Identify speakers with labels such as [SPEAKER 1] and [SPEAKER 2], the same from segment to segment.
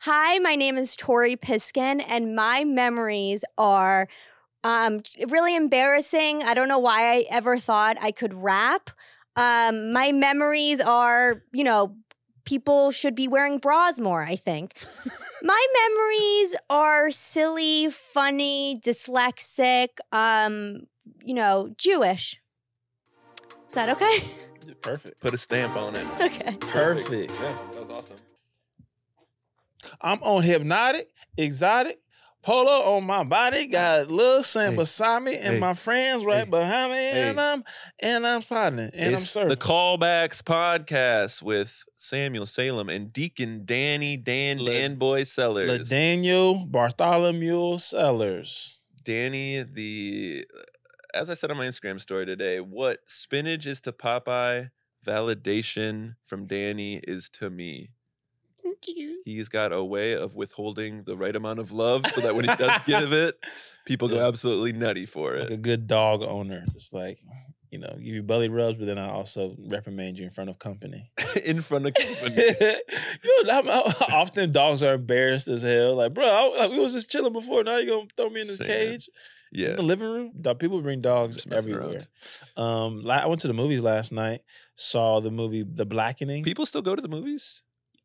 [SPEAKER 1] Hi, my name is Tori Piskin, and my memories are um, really embarrassing. I don't know why I ever thought I could rap. Um, my memories are, you know, people should be wearing bras more, I think. my memories are silly, funny, dyslexic, um, you know, Jewish. Is that okay?
[SPEAKER 2] Perfect. Put a stamp on it.
[SPEAKER 1] okay.
[SPEAKER 3] Perfect.
[SPEAKER 2] Yeah, that was awesome.
[SPEAKER 3] I'm on hypnotic, exotic, polo on my body. Got Lil Sam
[SPEAKER 2] Hey.
[SPEAKER 3] beside me and
[SPEAKER 2] Hey.
[SPEAKER 3] my friends right
[SPEAKER 2] Hey.
[SPEAKER 3] behind me, and
[SPEAKER 2] Hey.
[SPEAKER 3] I'm and I'm plotting and
[SPEAKER 2] it's
[SPEAKER 3] I'm
[SPEAKER 2] the
[SPEAKER 3] serving.
[SPEAKER 2] Callbacks podcast with Samuel Salem and Deacon Danny Dan
[SPEAKER 3] Le-
[SPEAKER 2] Danboy Sellers.
[SPEAKER 3] Daniel Bartholomew Sellers.
[SPEAKER 2] Danny, the as I said on my Instagram story today, what spinach is to Popeye, validation from Danny is to me. He's got a way of withholding the right amount of love so that when he does give it, people go
[SPEAKER 3] Yeah.
[SPEAKER 2] absolutely nutty for
[SPEAKER 3] Like
[SPEAKER 2] it.
[SPEAKER 3] a good dog owner. Just like, you know, give you belly rubs, but then I also reprimand you in front of company.
[SPEAKER 2] In front of
[SPEAKER 3] you
[SPEAKER 2] company.
[SPEAKER 3] know, I'm- I'm- often dogs are embarrassed as hell. Like, bro, I, like, we was just chilling before. Now you're gonna throw me in this
[SPEAKER 2] Same.
[SPEAKER 3] cage in
[SPEAKER 2] Yeah.
[SPEAKER 3] the living room. Dog, people bring dogs
[SPEAKER 2] Just messing
[SPEAKER 3] everywhere. Um, la- I went to the movies last night. Saw the movie The Blackening.
[SPEAKER 2] People still go to the movies?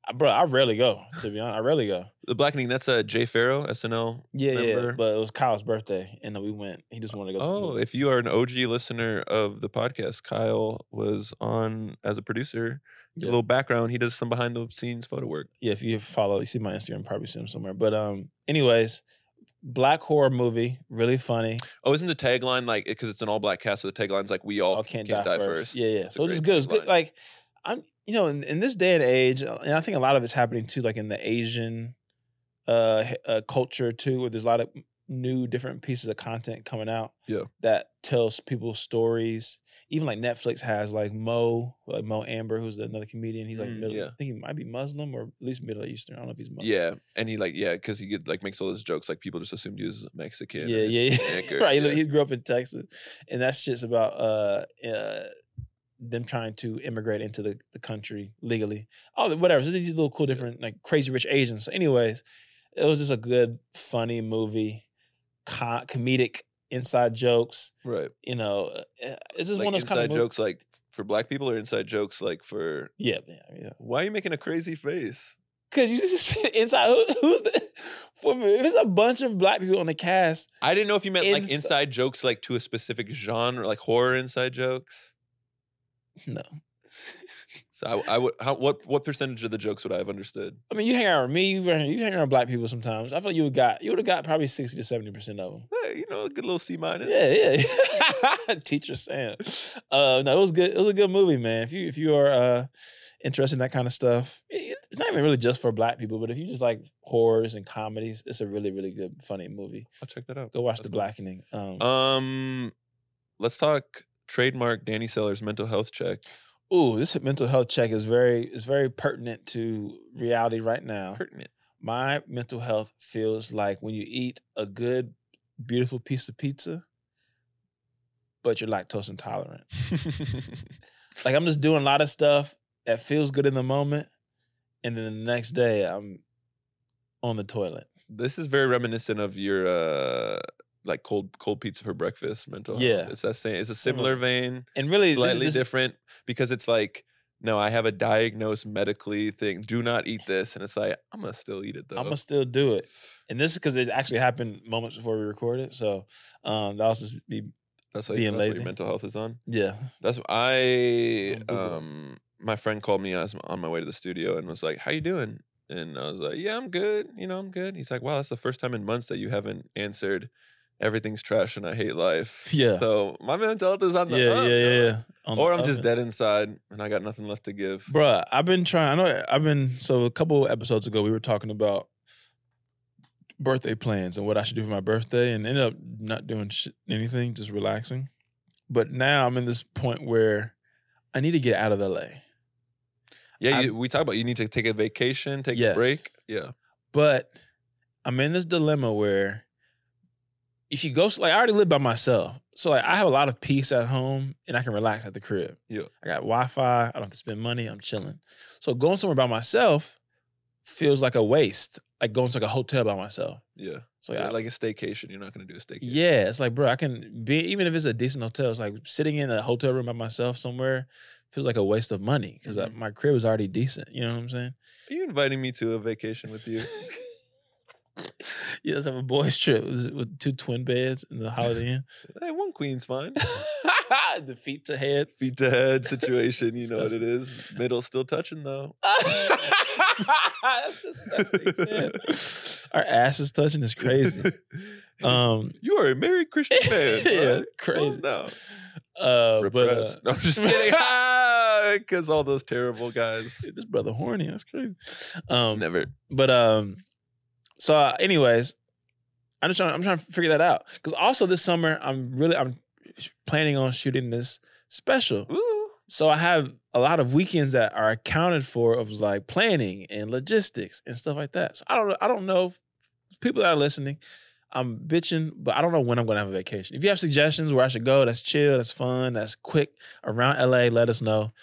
[SPEAKER 3] Uh, bro, I rarely go. To be honest, I rarely go.
[SPEAKER 2] The Blackening, that's uh, Jay Farrow, SNL.
[SPEAKER 3] Yeah, yeah.
[SPEAKER 2] Remember?
[SPEAKER 3] But it was Kyle's birthday, and then we went. He just wanted to go. see the
[SPEAKER 2] Oh,
[SPEAKER 3] movie.
[SPEAKER 2] if you are an OG listener of the podcast, Kyle was on as a producer. A
[SPEAKER 3] Yeah.
[SPEAKER 2] little background, he does some behind the scenes photo work.
[SPEAKER 3] yeah, if you follow, you see my Instagram, probably see him somewhere. But um, anyways, black horror movie, really funny.
[SPEAKER 2] Oh, isn't the tagline like because it's an all black cast? So the tagline's like "We all,
[SPEAKER 3] All
[SPEAKER 2] can't, die, first."
[SPEAKER 3] Yeah, yeah.
[SPEAKER 2] It's a
[SPEAKER 3] so it's just
[SPEAKER 2] great
[SPEAKER 3] good. It's good.
[SPEAKER 2] tagline.
[SPEAKER 3] Like I'm, you know, in, in this day and age, uh, and I think a lot of it's happening too, like in the Asian uh, h- uh culture too, where there's a lot of new different pieces of content coming out.
[SPEAKER 2] Yeah.
[SPEAKER 3] that tells people stories. Even like Netflix has like Mo, like Mo Amber, who's another comedian. He's like
[SPEAKER 2] Mm,
[SPEAKER 3] middle.
[SPEAKER 2] yeah.
[SPEAKER 3] I think he might be Muslim or at least Middle Eastern. I don't know if he's Muslim.
[SPEAKER 2] yeah. And he like yeah because he get, like makes all those jokes like people just assumed he was Mexican. or
[SPEAKER 3] Yeah,
[SPEAKER 2] he's
[SPEAKER 3] yeah, yeah.
[SPEAKER 2] Hispanic or-
[SPEAKER 3] right. he li-
[SPEAKER 2] yeah.
[SPEAKER 3] He grew up in Texas, and that shit's about uh, uh them trying to immigrate into the, the country legally. Oh, whatever. So these little cool, different, like crazy rich Asians. So, anyways, it was just a good, funny movie, co- comedic inside jokes.
[SPEAKER 2] right.
[SPEAKER 3] You know, uh, it's just
[SPEAKER 2] Like
[SPEAKER 3] one of those
[SPEAKER 2] inside
[SPEAKER 3] kind of
[SPEAKER 2] jokes like for black people or inside jokes like for
[SPEAKER 3] Yeah, yeah, yeah.
[SPEAKER 2] why are you making a crazy face?
[SPEAKER 3] Because you just inside who, who's the for me? If it's a bunch of black people on the cast.
[SPEAKER 2] I didn't know if you meant like
[SPEAKER 3] Ins-
[SPEAKER 2] inside jokes like to a specific genre like horror inside jokes.
[SPEAKER 3] No.
[SPEAKER 2] So I, I would how, what what percentage of the jokes would I have understood?
[SPEAKER 3] I mean, you hang out with me, you hang, you hang around black people sometimes. I feel like you would got you would have got probably sixty to seventy percent of them.
[SPEAKER 2] Eh, you know, a good little C minus.
[SPEAKER 3] Yeah, yeah. Teacher Sam. Uh, no, it was good. It was a good movie, man. If you if you are uh, interested in that kind of stuff, it- it's not even really just for black people, but if you just like horrors and comedies, it's a really really good funny movie.
[SPEAKER 2] I'll check that out.
[SPEAKER 3] Go watch
[SPEAKER 2] That's
[SPEAKER 3] The
[SPEAKER 2] cool.
[SPEAKER 3] Blackening. Um,
[SPEAKER 2] Um, let's talk trademark Danny Sellers mental health check.
[SPEAKER 3] ooh, this mental health check is very is very pertinent to reality right now.
[SPEAKER 2] Pertinent.
[SPEAKER 3] my mental health feels like when you eat a good, beautiful piece of pizza, but you're lactose intolerant. Like I'm just doing a lot of stuff that feels good in the moment, and then the next day I'm on the toilet.
[SPEAKER 2] this is very reminiscent of your uh like cold cold pizza for breakfast mental. health.
[SPEAKER 3] Yeah.
[SPEAKER 2] it's that same. It's a similar
[SPEAKER 3] Similar.
[SPEAKER 2] vein,
[SPEAKER 3] And really, this is
[SPEAKER 2] slightly
[SPEAKER 3] just-
[SPEAKER 2] different because it's like. No, I have a diagnosed medically thing. Do not eat this, and it's like I'm gonna still eat it though.
[SPEAKER 3] I'm gonna still do it. And this is because it actually happened moments before we recorded. So um, that was just me.
[SPEAKER 2] that's how you-
[SPEAKER 3] being
[SPEAKER 2] that's what your
[SPEAKER 3] lazy.
[SPEAKER 2] mental health is on.
[SPEAKER 3] Yeah.
[SPEAKER 2] That's what I
[SPEAKER 3] On Google.
[SPEAKER 2] um my friend called me as on my way to the studio and was like, "How you doing?" And I was like, "Yeah, I'm good. You know, I'm good." He's like, "Wow, that's the first time in months that you haven't answered. Everything's trash and I hate life."
[SPEAKER 3] Yeah.
[SPEAKER 2] So my mental health is on
[SPEAKER 3] Yeah,
[SPEAKER 2] the
[SPEAKER 3] yeah,
[SPEAKER 2] up,
[SPEAKER 3] yeah,
[SPEAKER 2] dog.
[SPEAKER 3] yeah. On the
[SPEAKER 2] Or I'm
[SPEAKER 3] up
[SPEAKER 2] just
[SPEAKER 3] and-
[SPEAKER 2] dead inside and I got nothing left to give.
[SPEAKER 3] Bruh, I've been trying. I know I've been so a couple episodes ago we were talking about birthday plans and what I should do for my birthday, and ended up not doing sh- anything, just relaxing. But now I'm in this point where I need to get out of LA.
[SPEAKER 2] yeah,
[SPEAKER 3] I'm-
[SPEAKER 2] you, we talk about you need to take a vacation, take a
[SPEAKER 3] Yes.
[SPEAKER 2] break. Yeah.
[SPEAKER 3] But I'm in this dilemma where if you go like I already live by myself, so like I have a lot of peace at home and I can relax at the crib.
[SPEAKER 2] Yeah.
[SPEAKER 3] I got Wi-Fi. I don't have to spend money. I'm chilling. So going somewhere by myself feels like a waste. like going to like a hotel by myself.
[SPEAKER 2] Yeah.
[SPEAKER 3] It's like, I,
[SPEAKER 2] like a staycation. You're not gonna do a staycation.
[SPEAKER 3] yeah, it's like, bro, I can be even if it's a decent hotel. It's like sitting in a hotel room by myself somewhere feels like a waste of money because
[SPEAKER 2] Mhm.
[SPEAKER 3] my crib is already decent. You know what I'm saying?
[SPEAKER 2] Are you inviting me to a vacation with you?
[SPEAKER 3] yeah, let's have a boys trip with with two twin beds in the Holiday Inn.
[SPEAKER 2] hey, one queen's fine.
[SPEAKER 3] the feet to head.
[SPEAKER 2] Feet to head situation. You know what it is. Middle still touching though.
[SPEAKER 3] That's disgusting. shit. Our asses touching is crazy. Um,
[SPEAKER 2] you are a married Christian man.
[SPEAKER 3] yeah,
[SPEAKER 2] bud.
[SPEAKER 3] crazy.
[SPEAKER 2] no.
[SPEAKER 3] Uh, but uh,
[SPEAKER 2] Repressed. no, I'm just kidding. Because all those terrible guys.
[SPEAKER 3] this brother horny. That's crazy. Um,
[SPEAKER 2] Never.
[SPEAKER 3] But um, so uh, anyways, I'm just trying. I'm trying to figure that out because also this summer I'm really I'm planning on shooting this special.
[SPEAKER 2] Ooh.
[SPEAKER 3] So I have a lot of weekends that are accounted for of like planning and logistics and stuff like that. So I don't I don't know if people that are listening. I'm bitching, but I don't know when I'm gonna have a vacation. If you have suggestions where I should go, that's chill, that's fun, that's quick around LA, let us know.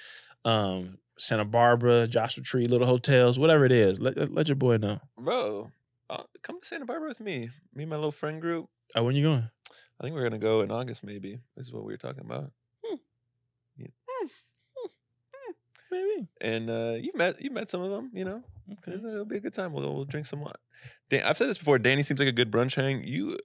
[SPEAKER 3] Um, Santa Barbara, Joshua Tree, little hotels, whatever it is, let, let let your boy know.
[SPEAKER 2] Bro, uh, come to Santa Barbara with me. Me and my little friend group.
[SPEAKER 3] Oh, when you going?
[SPEAKER 2] I think we're gonna go in August. Maybe is what we were talking about.
[SPEAKER 3] Maybe.
[SPEAKER 2] And uh, you've met you've met some of them. You know,
[SPEAKER 3] Okay.
[SPEAKER 2] it'll be a good time. We'll, we'll drink some wine. Dan, I've said this before. Danny seems like a good brunch hang. You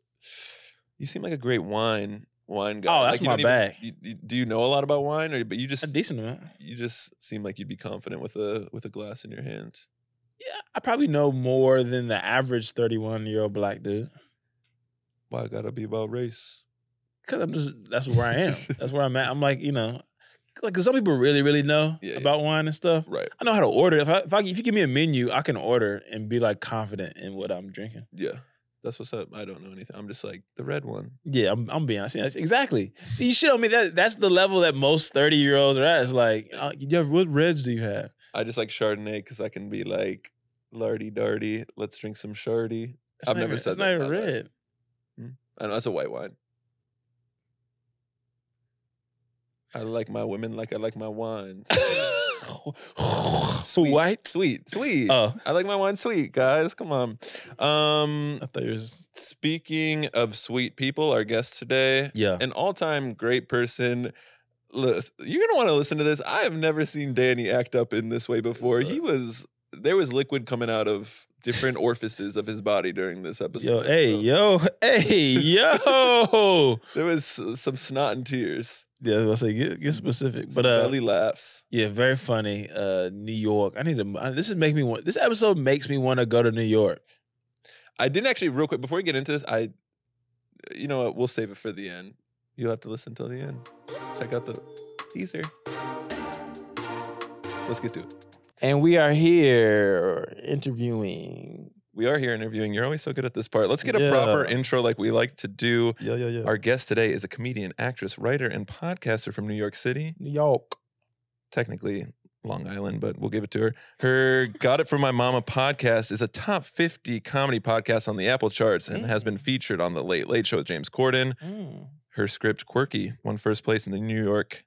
[SPEAKER 2] you seem like a great wine wine guy.
[SPEAKER 3] Oh,
[SPEAKER 2] Like,
[SPEAKER 3] that's
[SPEAKER 2] you
[SPEAKER 3] my
[SPEAKER 2] don't even-
[SPEAKER 3] bag.
[SPEAKER 2] you- you- do you know a lot about wine, or but you just
[SPEAKER 3] A decent amount.
[SPEAKER 2] you just seem like you'd be confident with a with a glass in your hand.
[SPEAKER 3] Yeah, I probably know more than the average 31 year old black dude.
[SPEAKER 2] Why it gotta be about race?
[SPEAKER 3] Cause I'm just that's where I am. that's where I'm at. I'm like you know, like cause some people really really know
[SPEAKER 2] Yeah, yeah.
[SPEAKER 3] about wine and stuff.
[SPEAKER 2] Right.
[SPEAKER 3] I know how to order. If I, if I if you give me a menu, I can order and be like confident in what I'm drinking.
[SPEAKER 2] Yeah. That's what's up. I don't know anything. I'm just like the red one.
[SPEAKER 3] Yeah, I'm I'm being honest. Yes, exactly. See, you shit on me. That that's the level that most 30 year olds are at. It's like, uh, you have, what reds do you have?
[SPEAKER 2] I just like Chardonnay because I can be like lardy darty. Let's drink some Chardy.
[SPEAKER 3] That's
[SPEAKER 2] I've
[SPEAKER 3] not
[SPEAKER 2] never
[SPEAKER 3] even,
[SPEAKER 2] said
[SPEAKER 3] that's
[SPEAKER 2] that
[SPEAKER 3] not even
[SPEAKER 2] in my life.
[SPEAKER 3] red.
[SPEAKER 2] I know that's a white wine. I like my women like I like my wine. Sweet.
[SPEAKER 3] White.
[SPEAKER 2] Sweet, sweet.
[SPEAKER 3] Oh,
[SPEAKER 2] I like my wine sweet, guys. Come on. Um,
[SPEAKER 3] I thought you was
[SPEAKER 2] speaking of sweet people, our guest today,
[SPEAKER 3] yeah.
[SPEAKER 2] an all-time great person. Lis- You're gonna want to listen to this. I have never seen Danny act up in this way before. He was there was liquid coming out of different orifices of his body during this
[SPEAKER 3] Yo,
[SPEAKER 2] episode.
[SPEAKER 3] hey,
[SPEAKER 2] So
[SPEAKER 3] yo, hey, yo.
[SPEAKER 2] there was uh, some snot and tears,
[SPEAKER 3] Yeah, I was gonna say get, get specific,
[SPEAKER 2] some
[SPEAKER 3] but uh,
[SPEAKER 2] belly laughs.
[SPEAKER 3] yeah, very funny. Uh, New York. I need to. I- This is make me want. This episode makes me want to go to New York.
[SPEAKER 2] I didn't actually real quick before we get into this. I, you know what? We'll save it for the end. You'll have to listen till the end. Check out the teaser. Let's get to it.
[SPEAKER 3] And we are here interviewing.
[SPEAKER 2] We are here interviewing. You're always so good at this part. Let's get a
[SPEAKER 3] Yeah.
[SPEAKER 2] proper intro like we like to do.
[SPEAKER 3] Yeah, yeah, yeah.
[SPEAKER 2] Our guest today is a comedian, actress, writer, and podcaster from New York City.
[SPEAKER 3] New York.
[SPEAKER 2] Technically, Long Island, but we'll give it to her. Her Got It From My Mama podcast is a top 50 comedy podcast on the Apple charts and has been featured on The Late Late Show with James Corden.
[SPEAKER 3] Mm,
[SPEAKER 2] Her script, Quirky, won first place in the New York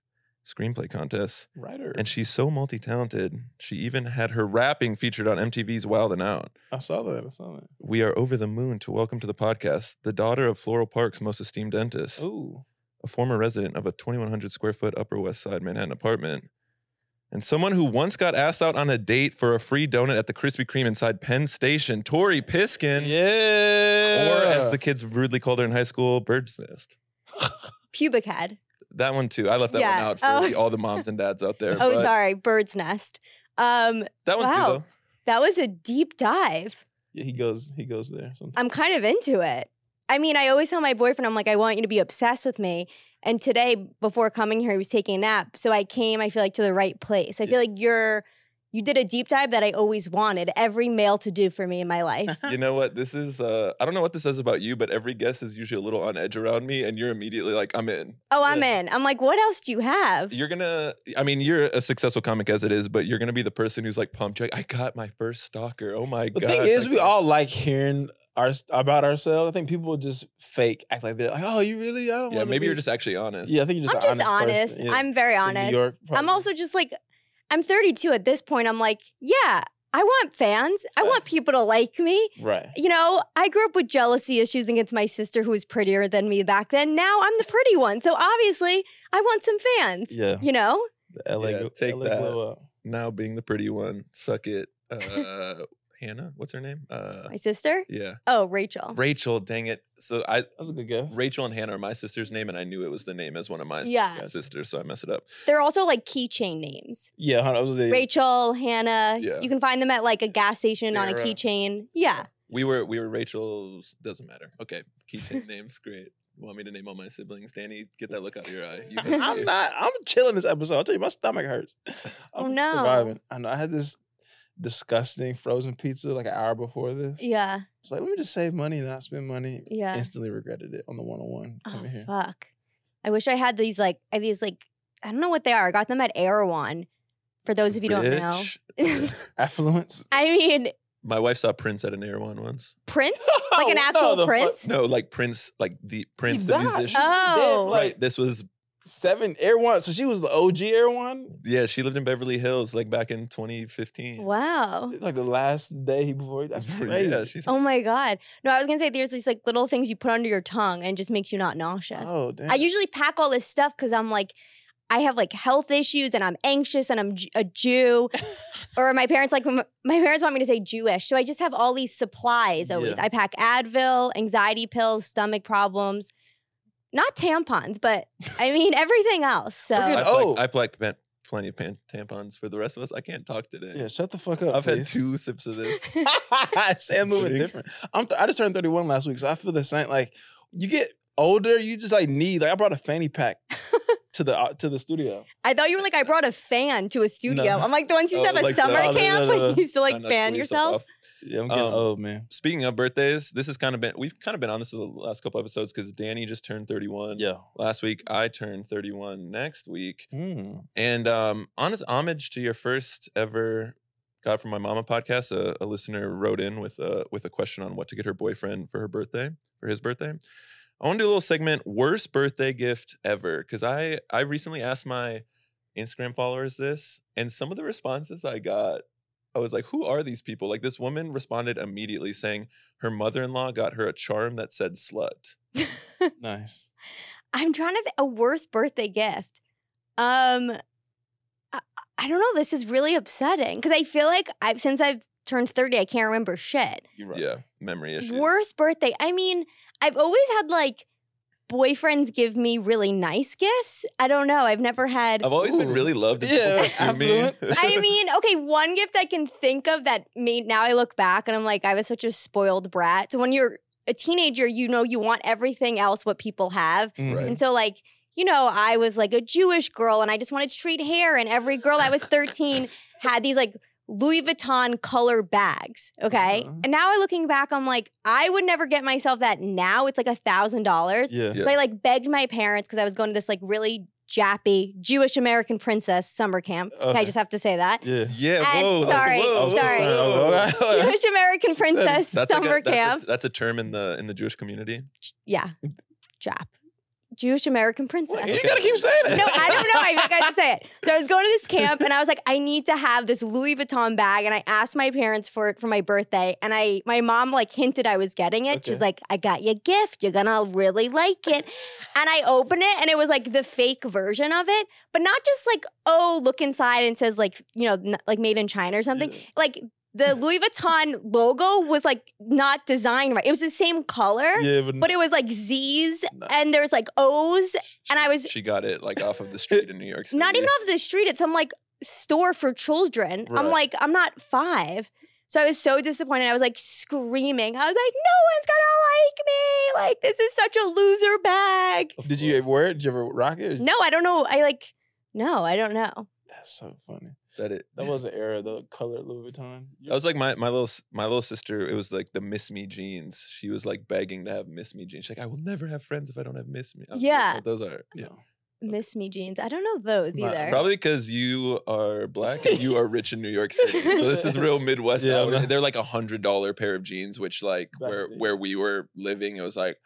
[SPEAKER 2] Screenplay Contest.
[SPEAKER 3] writer.
[SPEAKER 2] And she's so multi talented. She even had her rapping featured on MTV's Wild and Out.
[SPEAKER 3] I saw that. I saw that.
[SPEAKER 2] We are over the moon to welcome to the podcast the daughter of Floral Park's most esteemed dentist,
[SPEAKER 3] Ooh.
[SPEAKER 2] a former resident of a 2,100 square foot Upper West Side Manhattan apartment, and someone who once got asked out on a date for a free donut at the Krispy Kreme inside Penn Station, Tori Piskin,
[SPEAKER 3] Yeah.
[SPEAKER 2] or as the kids rudely called her in high school, Bird's Nest.
[SPEAKER 1] Pubic head.
[SPEAKER 2] That one too. I left that
[SPEAKER 1] Yeah.
[SPEAKER 2] one out for
[SPEAKER 1] Oh.
[SPEAKER 2] the- all the moms and dads out there.
[SPEAKER 1] Oh,
[SPEAKER 2] but
[SPEAKER 1] sorry, bird's nest. Um,
[SPEAKER 2] That one
[SPEAKER 1] Wow.
[SPEAKER 2] too, though.
[SPEAKER 1] that was a deep dive.
[SPEAKER 3] yeah, he goes. He goes there. Sometimes.
[SPEAKER 1] I'm kind of into it. I mean, I always tell my boyfriend, I'm like, I want you to be obsessed with me. And today, before coming here, he was taking a nap, so I came. I feel like to the right place. I feel like you're, you did a deep dive that I always wanted every male to do for me in my life.
[SPEAKER 2] You know what? This is, uh, I don't know what this says about you, but every guest is usually a little on edge around me, and you're immediately like, I'm in.
[SPEAKER 1] Oh, I'm
[SPEAKER 3] Yeah.
[SPEAKER 1] in. I'm like, what else do you have?
[SPEAKER 2] you're gonna i mean you're a successful comic as it is but you're gonna be the person who's like pumped You're like, i got my first stalker oh my
[SPEAKER 3] The
[SPEAKER 2] god
[SPEAKER 3] thing is, we all like hearing our about ourselves. I think people just fake act like they're like, "Oh, you really? I don't."
[SPEAKER 2] yeah
[SPEAKER 3] wanna
[SPEAKER 2] maybe
[SPEAKER 3] be-"
[SPEAKER 2] you're just actually honest
[SPEAKER 3] Yeah, I think you're just.
[SPEAKER 1] I'm
[SPEAKER 3] an
[SPEAKER 1] just honest.
[SPEAKER 3] person. Yeah.
[SPEAKER 1] I'm very
[SPEAKER 3] New
[SPEAKER 1] honest.
[SPEAKER 3] York,
[SPEAKER 1] I'm
[SPEAKER 3] probably.
[SPEAKER 1] also just like, I'm 32 at this point. I'm like, yeah, I want fans. I want
[SPEAKER 3] Facts.
[SPEAKER 1] people to like me.
[SPEAKER 3] Right.
[SPEAKER 1] You know, I grew up with jealousy issues against my sister who was prettier than me back then. Now I'm the pretty one. So obviously, I want some fans.
[SPEAKER 3] Yeah.
[SPEAKER 1] You know?
[SPEAKER 3] The LA,
[SPEAKER 2] Yeah,
[SPEAKER 3] gl-
[SPEAKER 2] take
[SPEAKER 3] LA
[SPEAKER 2] that.
[SPEAKER 3] glow up.
[SPEAKER 2] Now being the pretty one, suck it. Uh, Hannah, what's her name? Uh,
[SPEAKER 1] My sister?
[SPEAKER 2] yeah,
[SPEAKER 1] Oh, Rachel.
[SPEAKER 2] Rachel. Dang it. So I
[SPEAKER 3] That was a good guess.
[SPEAKER 2] Rachel and Hannah are my sister's name, and I knew it was the name as one of my s-
[SPEAKER 1] Yeah.
[SPEAKER 2] sisters, so I messed it up.
[SPEAKER 1] They're also like keychain names.
[SPEAKER 3] Yeah, hun- that was a,
[SPEAKER 1] Rachel, Hannah.
[SPEAKER 2] Yeah.
[SPEAKER 1] You can find them at like a gas station on a
[SPEAKER 2] Sarah.
[SPEAKER 1] keychain. Yeah.
[SPEAKER 2] We were we were Rachel's. Doesn't matter. Okay, keychain names. Great. Want me to name all my siblings? Danny, get that look out of your eye. You have-
[SPEAKER 3] I'm not. I'm chilling this episode. I'll tell you, my stomach hurts.
[SPEAKER 1] Oh,
[SPEAKER 3] I'm
[SPEAKER 1] no.
[SPEAKER 3] Surviving. I know. I had this disgusting frozen pizza like an hour before this.
[SPEAKER 1] Yeah.
[SPEAKER 3] It's like let me just save money, not spend money.
[SPEAKER 1] Yeah.
[SPEAKER 3] Instantly regretted it on the one on one
[SPEAKER 1] Oh,
[SPEAKER 3] coming here.
[SPEAKER 1] fuck. I wish I had these like I these like I don't know what they are. I got them at Erewhon. For those of you who don't know.
[SPEAKER 2] Rich.
[SPEAKER 3] Affluence.
[SPEAKER 1] I mean,
[SPEAKER 2] My wife saw Prince at an air one once.
[SPEAKER 1] Prince? Like an
[SPEAKER 3] What
[SPEAKER 1] actual
[SPEAKER 3] the fuck?
[SPEAKER 1] Prince?
[SPEAKER 2] No, like Prince, like the Prince,
[SPEAKER 3] He
[SPEAKER 2] the
[SPEAKER 3] died.
[SPEAKER 2] musician.
[SPEAKER 1] Oh.
[SPEAKER 3] He dead for,
[SPEAKER 2] Right.
[SPEAKER 3] like
[SPEAKER 2] This was
[SPEAKER 3] seven Air One. So she was the OG Air One.
[SPEAKER 2] yeah. She lived in Beverly Hills, like back in 2015.
[SPEAKER 1] Wow.
[SPEAKER 3] Like the last day before. he- That's crazy.
[SPEAKER 2] yeah, she's
[SPEAKER 1] Oh my god. No, I was gonna say there's these like little things you put under your tongue and it just makes you not nauseous.
[SPEAKER 3] Oh damn.
[SPEAKER 1] I usually pack all this stuff because I'm like, I have like health issues and I'm anxious and I'm J- a Jew, or my parents like m- my parents want me to say Jewish, so I just have all these supplies always.
[SPEAKER 3] Yeah.
[SPEAKER 1] I pack Advil, anxiety pills, stomach problems, not tampons, but I mean everything else. So
[SPEAKER 3] We're
[SPEAKER 2] I
[SPEAKER 3] good.
[SPEAKER 2] plack,
[SPEAKER 3] Oh.
[SPEAKER 2] I plack pan- plenty of pan- tampons for the rest of us. I can't talk today.
[SPEAKER 3] yeah. Shut the fuck up.
[SPEAKER 2] I've had
[SPEAKER 3] please.
[SPEAKER 2] two sips of this.
[SPEAKER 3] Sam moving
[SPEAKER 2] Drink.
[SPEAKER 3] different. I'm th- I just turned 31 last week, so I feel the same. Like you get older, you just like need. Like I brought a fanny pack to the uh, to the studio.
[SPEAKER 1] I thought you were like I brought a fan to a studio. I'm like the ones who used to
[SPEAKER 2] Oh,
[SPEAKER 1] have a
[SPEAKER 2] like the-
[SPEAKER 1] summer
[SPEAKER 3] oh, no,
[SPEAKER 1] camp
[SPEAKER 3] no,
[SPEAKER 1] when
[SPEAKER 3] no.
[SPEAKER 1] you used to
[SPEAKER 2] Try
[SPEAKER 1] like
[SPEAKER 2] not to
[SPEAKER 1] fan
[SPEAKER 2] cool
[SPEAKER 1] yourself.
[SPEAKER 2] off.
[SPEAKER 3] Yeah, I'm getting
[SPEAKER 2] Um,
[SPEAKER 3] old, man.
[SPEAKER 2] Speaking of birthdays, this has kind of been we've kind of been on this the last couple episodes because Danny just turned 31.
[SPEAKER 3] Yeah.
[SPEAKER 2] Last week I turned 31 next week.
[SPEAKER 3] Mm.
[SPEAKER 2] And um honest homage to your first ever Got from My Mama podcast, a, a listener wrote in with a with a question on what to get her boyfriend for her birthday, for his birthday. I want to do a little segment, worst birthday gift ever. Cause I I recently asked my Instagram followers this, and some of the responses I got, I was like, who are these people? Like this woman responded immediately saying her mother-in-law got her a charm that said slut.
[SPEAKER 3] Nice.
[SPEAKER 1] I'm trying to th- a worse birthday gift. Um, I, I don't know. This is really upsetting because I feel like I've since I've turned 30, I can't remember shit.
[SPEAKER 3] You're right.
[SPEAKER 2] Yeah. Memory issue.
[SPEAKER 1] Worst birthday. I mean, I've always had like boyfriends give me really nice gifts. I don't know. I've never had.
[SPEAKER 2] I've always been
[SPEAKER 3] Ooh.
[SPEAKER 2] really loved and
[SPEAKER 3] Yeah,
[SPEAKER 2] people pursue me.
[SPEAKER 3] affluent.
[SPEAKER 1] I mean, okay, one gift I can think of that made now I look back and I'm like, I was such a spoiled brat. So when you're a teenager, you know you want everything else what people have.
[SPEAKER 3] Mm.
[SPEAKER 2] Right.
[SPEAKER 1] And so, like, you know, I was like a Jewish girl and I just wanted straight hair. And every girl I was 13 had these like Louis Vuitton color bags. Okay.
[SPEAKER 3] Uh-huh.
[SPEAKER 1] And now I looking back, I'm like, I would never get myself that now. It's like a thousand dollars.
[SPEAKER 3] Mm-hmm. Yeah.
[SPEAKER 2] Yeah.
[SPEAKER 1] But I like begged my parents because I was going to this like really jappy Jewish American princess summer camp. I
[SPEAKER 3] Okay.
[SPEAKER 1] just have to say that.
[SPEAKER 3] Yeah.
[SPEAKER 2] Uh-huh. Yeah,
[SPEAKER 1] And
[SPEAKER 2] whoa.
[SPEAKER 1] sorry,
[SPEAKER 2] whoa,
[SPEAKER 3] I was
[SPEAKER 1] sorry.
[SPEAKER 3] concerned.
[SPEAKER 2] whoa.
[SPEAKER 3] Oh, okay.
[SPEAKER 1] Jewish American
[SPEAKER 3] She said it.
[SPEAKER 1] princess
[SPEAKER 2] That's like a-
[SPEAKER 1] summer
[SPEAKER 2] that's a,
[SPEAKER 1] camp.
[SPEAKER 2] that's a term in the in the Jewish community.
[SPEAKER 1] yeah. Jap. Jewish American princess.
[SPEAKER 3] Wait, you gotta keep saying it.
[SPEAKER 1] No, I don't know. I think I have to say it. So I was going to this camp and I was like, I need to have this Louis Vuitton bag. And I asked my parents for it for my birthday. And I my mom like hinted I was getting it. She's
[SPEAKER 3] Okay.
[SPEAKER 1] like, I got you a gift. You're gonna really like it. And I open it and it was like the fake version of it, but not just like, oh, look inside and it says like, you know, n- like made in China or something.
[SPEAKER 3] Yeah.
[SPEAKER 1] Like the Louis Vuitton logo was like not designed right. It was the same color.
[SPEAKER 3] Yeah, but,
[SPEAKER 1] But it was like Z's
[SPEAKER 3] No.
[SPEAKER 1] and there's like O's, and I was
[SPEAKER 2] She got it like off of the street in New York City.
[SPEAKER 1] not even off the street. It's some like store for children. I'm
[SPEAKER 3] Right.
[SPEAKER 1] like, I'm not five. So I was so disappointed. I was like screaming. I was like, no one's gonna like me. Like, this is such a loser bag.
[SPEAKER 3] did you ever wear it? Did you ever rock it?
[SPEAKER 1] No, I don't know. I like, no, I don't know.
[SPEAKER 3] That's so funny.
[SPEAKER 2] that it.
[SPEAKER 3] That was an era, the color Louis Vuitton.
[SPEAKER 2] That was like my my little s- my little sister. It was like the Miss Me jeans. She was like begging to have Miss Me jeans. She's like, I will never have friends if I don't have Miss Me. I was like,
[SPEAKER 1] Yeah.
[SPEAKER 2] "Well, those are yeah.
[SPEAKER 3] No.
[SPEAKER 1] Miss me jeans. I don't know those
[SPEAKER 3] No,
[SPEAKER 1] either.
[SPEAKER 2] Probably because you are black and you are rich in New York City. So this is real Midwest.
[SPEAKER 3] Yeah,
[SPEAKER 2] out-
[SPEAKER 3] no.
[SPEAKER 2] They're like a hundred dollar pair of jeans, which like
[SPEAKER 3] Back
[SPEAKER 2] where
[SPEAKER 3] then.
[SPEAKER 2] where we were living, it was like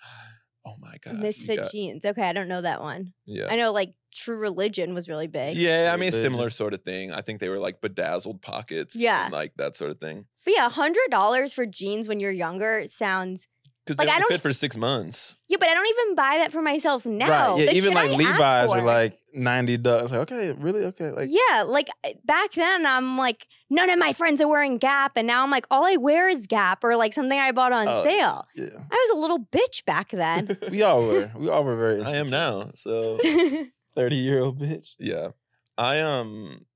[SPEAKER 2] Oh my god. you
[SPEAKER 1] Misfit
[SPEAKER 2] got-
[SPEAKER 1] Jeans. Okay, I don't know that one.
[SPEAKER 2] Yeah.
[SPEAKER 1] I know like True Religion was really big.
[SPEAKER 2] Yeah, I mean
[SPEAKER 3] Religion.
[SPEAKER 2] similar sort of thing. I think they were like bedazzled pockets.
[SPEAKER 1] Yeah.
[SPEAKER 2] and, like that sort of thing.
[SPEAKER 1] But yeah, hundred dollars for jeans when you're younger sounds
[SPEAKER 2] Because
[SPEAKER 1] Like,
[SPEAKER 2] they
[SPEAKER 1] I
[SPEAKER 2] only
[SPEAKER 1] don't-
[SPEAKER 2] fit for six months.
[SPEAKER 1] yeah, but I don't even buy that for myself now.
[SPEAKER 3] Yeah,
[SPEAKER 1] The
[SPEAKER 3] even
[SPEAKER 1] shit I
[SPEAKER 3] like
[SPEAKER 1] asked
[SPEAKER 3] Levi's
[SPEAKER 1] for.
[SPEAKER 3] are like ninety dollars. Like, okay, really? Okay, like
[SPEAKER 1] yeah, like uh, back then I'm like none of my friends are wearing Gap, and now I'm like all I wear is Gap or like something I bought on
[SPEAKER 2] Oh.
[SPEAKER 1] sale.
[SPEAKER 3] yeah.
[SPEAKER 1] I was a little bitch back then.
[SPEAKER 3] We all were. We all were very.
[SPEAKER 2] I am now. So
[SPEAKER 3] Thirty year old bitch.
[SPEAKER 2] yeah, I um.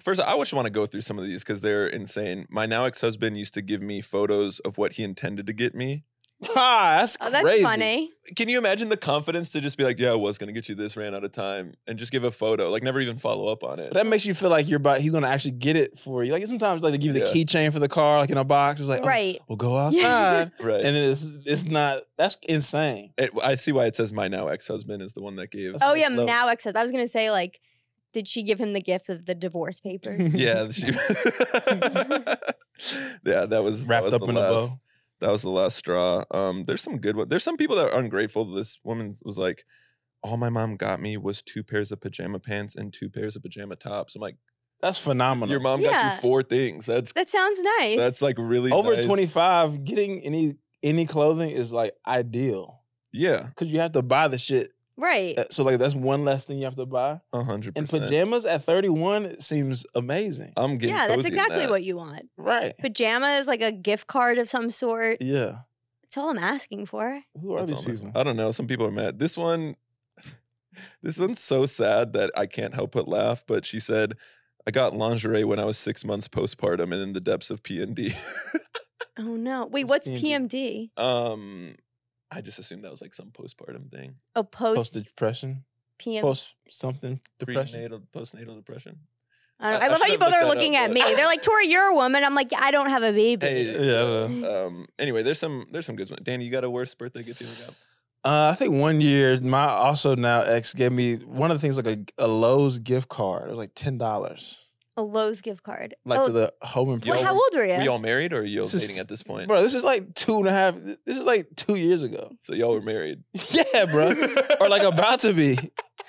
[SPEAKER 2] First, I just want to go through some of these because they're insane. My now ex husband used to give me photos of what he intended to get me.
[SPEAKER 3] Ah, that's
[SPEAKER 1] oh, that's
[SPEAKER 3] crazy.
[SPEAKER 1] funny.
[SPEAKER 2] Can you imagine the confidence to just be like, "Yeah, I was gonna get you this, ran out of time," and just give a photo, like never even follow up on it.
[SPEAKER 3] But that makes you feel like you're about, he's gonna actually get it for you. Like sometimes like they give you the
[SPEAKER 2] Yeah.
[SPEAKER 3] keychain for the car, like in a box. It's like oh,
[SPEAKER 1] right.
[SPEAKER 3] we'll go outside.
[SPEAKER 2] Right.
[SPEAKER 3] and then it's it's not that's insane.
[SPEAKER 2] It, I see why it says my now ex husband is the one that gave.
[SPEAKER 3] That's-
[SPEAKER 1] Oh yeah,
[SPEAKER 3] low.
[SPEAKER 1] now except I was gonna say like, did she give him the gift of the divorce papers?
[SPEAKER 2] yeah, she- yeah, that was that
[SPEAKER 3] Wrapped
[SPEAKER 2] was
[SPEAKER 3] up
[SPEAKER 2] the
[SPEAKER 3] in
[SPEAKER 2] last,
[SPEAKER 3] a bow.
[SPEAKER 2] That was the last straw. Um, there's some good ones. There's some people that are ungrateful. This woman was like, "All my mom got me was two pairs of pajama pants and two pairs of pajama tops." I'm like,
[SPEAKER 3] That's phenomenal.
[SPEAKER 2] "Your mom got
[SPEAKER 1] Yeah.
[SPEAKER 2] you four things. That's
[SPEAKER 1] that sounds nice.
[SPEAKER 2] that's like really
[SPEAKER 3] Over
[SPEAKER 2] nice.
[SPEAKER 3] 25, getting any any clothing is like ideal.
[SPEAKER 2] Yeah,
[SPEAKER 3] Cause you have to buy the shit.
[SPEAKER 1] right.
[SPEAKER 3] Uh, So like that's one less thing you have to buy.
[SPEAKER 2] a hundred
[SPEAKER 3] And
[SPEAKER 2] percent.
[SPEAKER 3] pajamas at 31 seems amazing.
[SPEAKER 2] I'm getting
[SPEAKER 1] Yeah, that's
[SPEAKER 2] cozy in
[SPEAKER 1] exactly
[SPEAKER 2] that.
[SPEAKER 1] what you want.
[SPEAKER 3] Right.
[SPEAKER 1] Pajamas, like a gift card of some sort.
[SPEAKER 3] Yeah.
[SPEAKER 1] That's all I'm asking for.
[SPEAKER 3] Who are
[SPEAKER 2] That's
[SPEAKER 3] these
[SPEAKER 2] all I'm
[SPEAKER 3] people?
[SPEAKER 2] asking. I don't know. Some people are mad. This one, this one's so sad that I can't help but laugh. But she said, "I got lingerie when I was six months postpartum and in the depths of PND."
[SPEAKER 1] Oh no. Wait,
[SPEAKER 3] What's
[SPEAKER 1] what's
[SPEAKER 3] PMD?
[SPEAKER 1] PMD?
[SPEAKER 2] um, I just assumed that was like some postpartum thing.
[SPEAKER 1] Oh, post
[SPEAKER 3] Post depression.
[SPEAKER 1] PM.
[SPEAKER 3] Post something depression.
[SPEAKER 2] Prenatal, postnatal depression.
[SPEAKER 1] I, don't-
[SPEAKER 2] I-
[SPEAKER 1] I
[SPEAKER 2] I
[SPEAKER 1] love how
[SPEAKER 2] should
[SPEAKER 1] you
[SPEAKER 2] have
[SPEAKER 1] both
[SPEAKER 2] looked
[SPEAKER 1] are
[SPEAKER 2] that up,
[SPEAKER 1] looking at
[SPEAKER 2] but-
[SPEAKER 1] me. They're like, Tori, you're a woman. I'm like, yeah, I don't have a baby.
[SPEAKER 2] Hey,
[SPEAKER 3] Yeah, I don't
[SPEAKER 2] Um. Anyway, there's some there's some good ones. Danny, you got a worst birthday gift you ever got?
[SPEAKER 3] Uh, I think one year, my also now ex gave me one of the things like a, a Lowe's gift card. It was like ten dollars,
[SPEAKER 1] A Lowe's gift card.
[SPEAKER 3] like
[SPEAKER 1] oh,
[SPEAKER 3] to the home
[SPEAKER 1] well,
[SPEAKER 3] improvement.
[SPEAKER 2] Yo,
[SPEAKER 1] how old were you?
[SPEAKER 2] We all married, or are you all
[SPEAKER 3] This is-
[SPEAKER 2] dating at this point?
[SPEAKER 3] bro, this is like two and a half. This is like two years ago.
[SPEAKER 2] So y'all were married,
[SPEAKER 3] yeah, bro, or like about to be.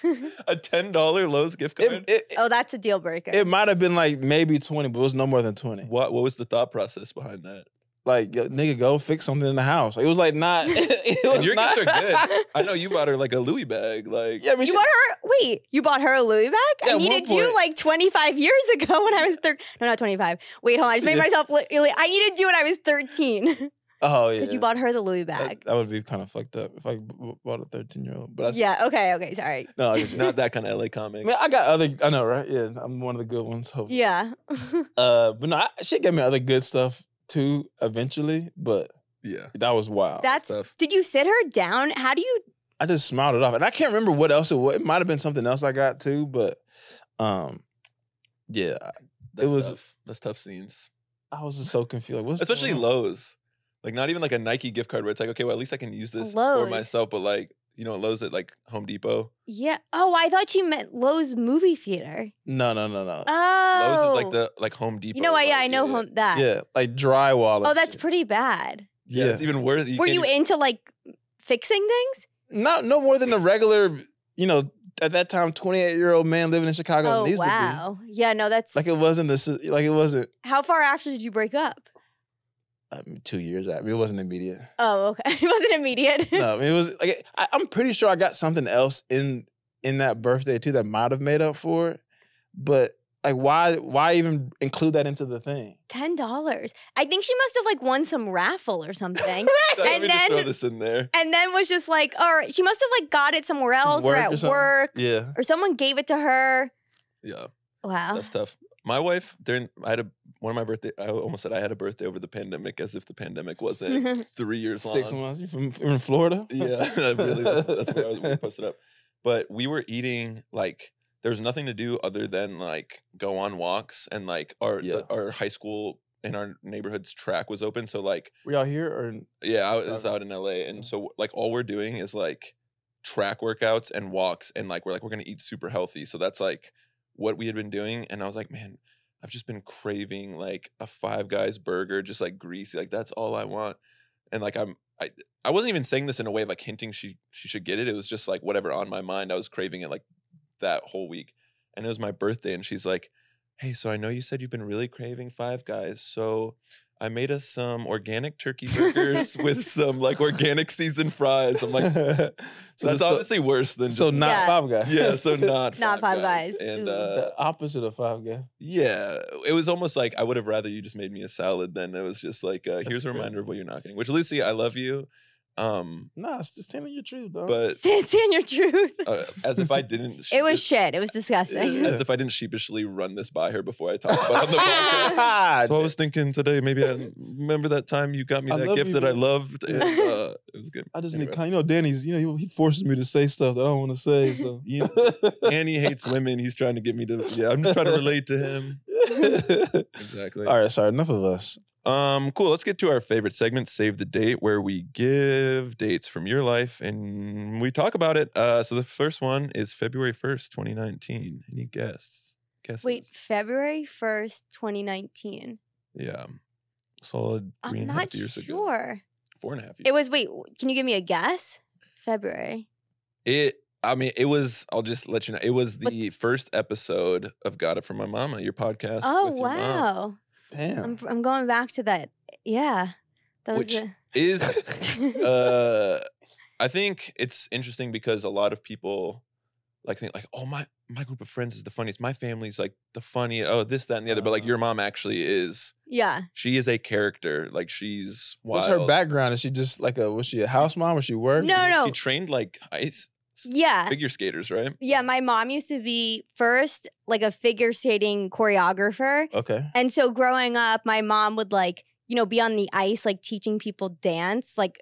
[SPEAKER 2] a ten dollar Lowe's gift card.
[SPEAKER 3] It it,
[SPEAKER 1] oh, that's a deal breaker.
[SPEAKER 3] it might have been like maybe twenty, but it was no more than twenty.
[SPEAKER 2] what What was the thought process behind that?
[SPEAKER 3] Like yo, nigga, go fix something in the house. Like, it was like not. It
[SPEAKER 2] And
[SPEAKER 3] was
[SPEAKER 2] your
[SPEAKER 3] not.
[SPEAKER 2] gifts are good. I know you bought her like a Louis bag. Like,
[SPEAKER 3] Yeah, I mean,
[SPEAKER 1] you
[SPEAKER 3] she-
[SPEAKER 1] bought her wait, you bought her a Louis bag? I
[SPEAKER 3] Yeah, at one
[SPEAKER 1] needed
[SPEAKER 3] point-
[SPEAKER 1] you like 25 years ago when I was 13. No, not 25. Wait, hold on. I just made
[SPEAKER 3] Yeah.
[SPEAKER 1] myself li- li- I needed you when I was 13
[SPEAKER 3] oh yeah,
[SPEAKER 1] cuz you bought her the Louis
[SPEAKER 3] That-
[SPEAKER 1] bag.
[SPEAKER 3] That, would be kind of fucked up if I b- b- bought a thirteen year old. But I see-
[SPEAKER 1] yeah, okay, okay, sorry.
[SPEAKER 3] no, I get you.
[SPEAKER 2] not that kind of LA comic.
[SPEAKER 3] Man, I got other. I know, right? Yeah, I'm one of the good ones. Hopefully.
[SPEAKER 1] Yeah.
[SPEAKER 3] Uh, but no, I, she gave me other good stuff too. Eventually, but
[SPEAKER 2] Yeah.
[SPEAKER 3] that was wild.
[SPEAKER 1] That's
[SPEAKER 2] stuff.
[SPEAKER 1] Did you sit her down? How do you
[SPEAKER 3] I just smiled it off, and I can't remember what else it was. It might have been something else I got too, but um, yeah,
[SPEAKER 2] That's
[SPEAKER 3] was-
[SPEAKER 2] tough. that's tough scenes,
[SPEAKER 3] I, I was just so confused. Like, what's
[SPEAKER 2] especially
[SPEAKER 3] going on?
[SPEAKER 2] Lowe's. Like, not even like a Nike gift card where it's like, okay, well, at least I can use this for
[SPEAKER 1] Lowe's.
[SPEAKER 2] myself. But like, you know, Lowe's at like Home Depot.
[SPEAKER 1] Yeah. Oh, I thought you meant Lowe's movie theater.
[SPEAKER 3] No, no, no, no.
[SPEAKER 1] Oh.
[SPEAKER 2] Lowe's is like the like Home Depot.
[SPEAKER 1] You know what? Yeah,
[SPEAKER 2] like,
[SPEAKER 1] I know
[SPEAKER 2] yeah.
[SPEAKER 1] home that.
[SPEAKER 3] yeah, like drywall. and
[SPEAKER 1] Oh, that's
[SPEAKER 3] shit.
[SPEAKER 1] pretty bad.
[SPEAKER 2] Yeah,
[SPEAKER 3] Yeah,
[SPEAKER 2] it's even worse. You
[SPEAKER 1] Were
[SPEAKER 2] can't
[SPEAKER 1] you
[SPEAKER 2] even-
[SPEAKER 1] into like fixing things?
[SPEAKER 3] not no more than a regular. You know, at that time, 28 year old man living in Chicago
[SPEAKER 1] Oh
[SPEAKER 3] needs to
[SPEAKER 1] wow. Yeah, no, that's
[SPEAKER 3] be like it wasn't this. Like it wasn't.
[SPEAKER 1] how far after did you break up?
[SPEAKER 3] I mean, two years. I mean, it wasn't immediate.
[SPEAKER 1] Oh, okay. it wasn't immediate.
[SPEAKER 3] no, I mean, it was like I, I'm pretty sure I got something else in in that birthday too that might have made up for it. But like, why why even include that into the thing?
[SPEAKER 1] Ten dollars. I think she must have like won some raffle or something.
[SPEAKER 2] Let me
[SPEAKER 1] and
[SPEAKER 2] just throw
[SPEAKER 1] then-
[SPEAKER 2] this in there.
[SPEAKER 1] and then was just like, all right, she must have like got it somewhere else
[SPEAKER 3] Work
[SPEAKER 1] or
[SPEAKER 3] or
[SPEAKER 1] at
[SPEAKER 3] something.
[SPEAKER 1] work
[SPEAKER 3] Yeah,
[SPEAKER 1] or someone gave it to her.
[SPEAKER 2] Yeah,
[SPEAKER 1] Wow.
[SPEAKER 2] that's tough. My wife during I had a one of my birthday. I almost said I had a birthday over the pandemic, as if the pandemic wasn't three years long.
[SPEAKER 3] six months. You from from Florida?
[SPEAKER 2] Yeah, that really. That's, that's where I was, we posted up. But we were eating like there was nothing to do other than like go on walks and like our
[SPEAKER 3] Yeah.
[SPEAKER 2] the, our high school and our neighborhood's track was open. So like
[SPEAKER 3] Were y'all here or
[SPEAKER 2] yeah, I was
[SPEAKER 3] Okay.
[SPEAKER 2] out in LA, and
[SPEAKER 3] Mm.
[SPEAKER 2] so like all we're doing is like track workouts and walks, and like we're like we're gonna eat super healthy. So that's like what we had been doing, and I was like, man. I've just been craving like a Five Guys burger, just like greasy. Like that's all I want. and like I'm I I wasn't even saying this in a way of like hinting she she should get it. It was just like whatever on my mind. I was craving it like that whole week. And it was my birthday and she's like, "Hey, so I know you said you've been really craving Five Guys. So I made us some organic turkey burgers with some like organic seasoned fries." I'm like, so that's
[SPEAKER 3] so,
[SPEAKER 2] obviously worse than
[SPEAKER 3] so
[SPEAKER 2] just
[SPEAKER 3] not
[SPEAKER 1] Yeah.
[SPEAKER 3] Five Guys.
[SPEAKER 2] yeah, so not
[SPEAKER 1] Not Five Guys.
[SPEAKER 2] And
[SPEAKER 1] Ooh.
[SPEAKER 2] uh,
[SPEAKER 3] the opposite of Five Guys.
[SPEAKER 2] yeah, it was almost like I would have rather you just made me a salad than it was just like uh, here's a
[SPEAKER 3] great.
[SPEAKER 2] reminder of what you're not getting. Which Lucy, I love you, um,
[SPEAKER 3] Nah, it's just telling your truth, dog.
[SPEAKER 2] but
[SPEAKER 1] It's in your truth.
[SPEAKER 2] uh, as if I didn't.
[SPEAKER 1] it was
[SPEAKER 2] sheepish-
[SPEAKER 1] shit. It was
[SPEAKER 3] Yeah.
[SPEAKER 1] disgusting.
[SPEAKER 2] as if I didn't sheepishly run this by her before I talked about it on the podcast. So I was thinking today, maybe I remember that time you got me
[SPEAKER 3] I
[SPEAKER 2] that
[SPEAKER 3] love
[SPEAKER 2] gift
[SPEAKER 3] you,
[SPEAKER 2] that I
[SPEAKER 3] man.
[SPEAKER 2] loved, and uh, it was good.
[SPEAKER 3] I just
[SPEAKER 2] Anyway.
[SPEAKER 3] need kind. You know, Danny's. You know, he, he forces me to say stuff that I don't want to say. So
[SPEAKER 2] You- Annie hates women. He's trying to get me to. Yeah, I'm just trying to relate to him. Exactly.
[SPEAKER 3] All right, sorry. Enough of us.
[SPEAKER 2] Um, cool. Let's get to our favorite segment, Save the Date, where we give dates from your life and we talk about it. Uh, so the first one is February 1st, 2019. Any guess? Guesses?
[SPEAKER 1] Wait, February 1st, 2019.
[SPEAKER 2] Yeah. Solid three
[SPEAKER 1] I'm
[SPEAKER 2] and a half
[SPEAKER 1] not
[SPEAKER 2] years ago.
[SPEAKER 1] sure.
[SPEAKER 2] Four and a half years.
[SPEAKER 1] It was, wait, w- can you give me a guess? February.
[SPEAKER 2] It, I mean, it was, I'll just let you know, it was the first episode of Got It From My Mama, your podcast.
[SPEAKER 1] Oh,
[SPEAKER 2] with your mom.
[SPEAKER 1] wow. I'm,
[SPEAKER 3] Damn.
[SPEAKER 1] I'm going back to that. Yeah. That was
[SPEAKER 2] Which-
[SPEAKER 1] a-
[SPEAKER 2] Is uh, I think it's interesting because a lot of people like think like, oh my my group of friends is the funniest. My family's like the funny. Oh this that and the other. but like
[SPEAKER 3] Uh.
[SPEAKER 2] your mom actually is.
[SPEAKER 1] yeah.
[SPEAKER 2] She is a character. Like she's wild.
[SPEAKER 3] What's her background? Is she just like a was she a house mom? Was she work?
[SPEAKER 1] No, no. Uh,
[SPEAKER 2] She trained like ice
[SPEAKER 1] Yeah.
[SPEAKER 2] figure skaters, right?
[SPEAKER 1] Yeah. My mom used to be first like a figure skating choreographer.
[SPEAKER 3] Okay.
[SPEAKER 1] And so growing up, my mom would like, you know, be on the ice, like teaching people dance, like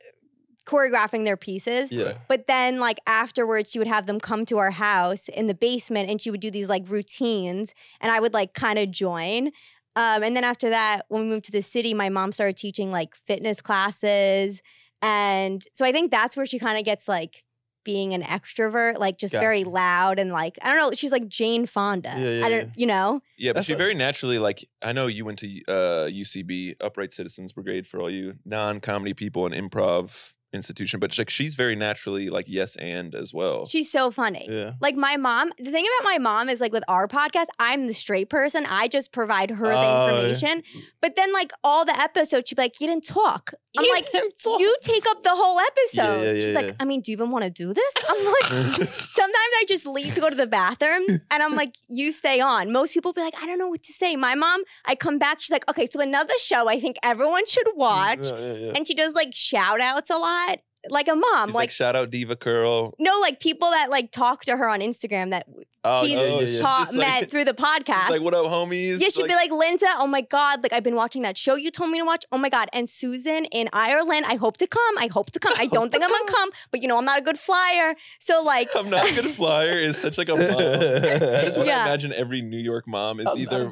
[SPEAKER 1] choreographing their pieces.
[SPEAKER 3] Yeah.
[SPEAKER 1] But then, like, afterwards, she would have them come to our house in the basement and she would do these like routines. And I would like kind of join. Um, and then after that, when we moved to the city, my mom started teaching like fitness classes. And so I think that's where she kind of gets like being an extrovert, like just very
[SPEAKER 3] Gotcha.
[SPEAKER 1] loud and like, I don't know, she's like Jane Fonda.
[SPEAKER 3] Yeah, yeah,
[SPEAKER 1] I don't,
[SPEAKER 3] yeah.
[SPEAKER 1] you know?
[SPEAKER 2] Yeah, but
[SPEAKER 3] That's
[SPEAKER 2] she
[SPEAKER 3] a-
[SPEAKER 2] very naturally like I know you went to uh, UCB, Upright Citizens Brigade, for all you non-comedy people and improv institution. But like she's very naturally like yes and as
[SPEAKER 3] Oh.
[SPEAKER 2] well.
[SPEAKER 1] She's so funny.
[SPEAKER 3] Yeah.
[SPEAKER 1] Like my mom, the thing about my mom is like with our podcast, I'm the straight person. I just provide her
[SPEAKER 3] Oh,
[SPEAKER 1] the
[SPEAKER 3] yeah.
[SPEAKER 1] information. But then like all the episodes, she'd be like, You didn't talk. I'm like,
[SPEAKER 3] you.
[SPEAKER 1] You take up the whole episode.
[SPEAKER 3] yeah,
[SPEAKER 1] She's
[SPEAKER 3] yeah,
[SPEAKER 1] like,
[SPEAKER 3] yeah.
[SPEAKER 1] I mean, do you even want to do this? I'm like, sometimes I just leave to go to the bathroom and I'm like, you stay on. Most people be like, I don't know what to say. My mom, I come back, she's like, okay, so another show I think everyone should watch.
[SPEAKER 3] Yeah, yeah, yeah.
[SPEAKER 1] And she does like shout outs a lot, like a mom.
[SPEAKER 2] She's like,
[SPEAKER 1] like,
[SPEAKER 2] shout out Diva Curl.
[SPEAKER 1] no, like people that like talk to her on Instagram that
[SPEAKER 3] Oh,
[SPEAKER 1] she's
[SPEAKER 3] yeah, yeah, yeah.
[SPEAKER 1] taught
[SPEAKER 2] Just like-
[SPEAKER 1] met through the podcast.
[SPEAKER 2] She's like what up, homies?
[SPEAKER 1] yeah, she'd be like, Linda, oh my God, like I've been watching that show you told me to watch. Oh my God. And Susan in Ireland, I hope to come. I hope to come. I don't think I'm gonna come, but you know, I'm not a good flyer. So like
[SPEAKER 2] I'm not a good flyer is such like a mom. That is
[SPEAKER 3] That's
[SPEAKER 2] what I
[SPEAKER 1] Yeah. Mm-hmm.
[SPEAKER 2] imagine every New York mom is either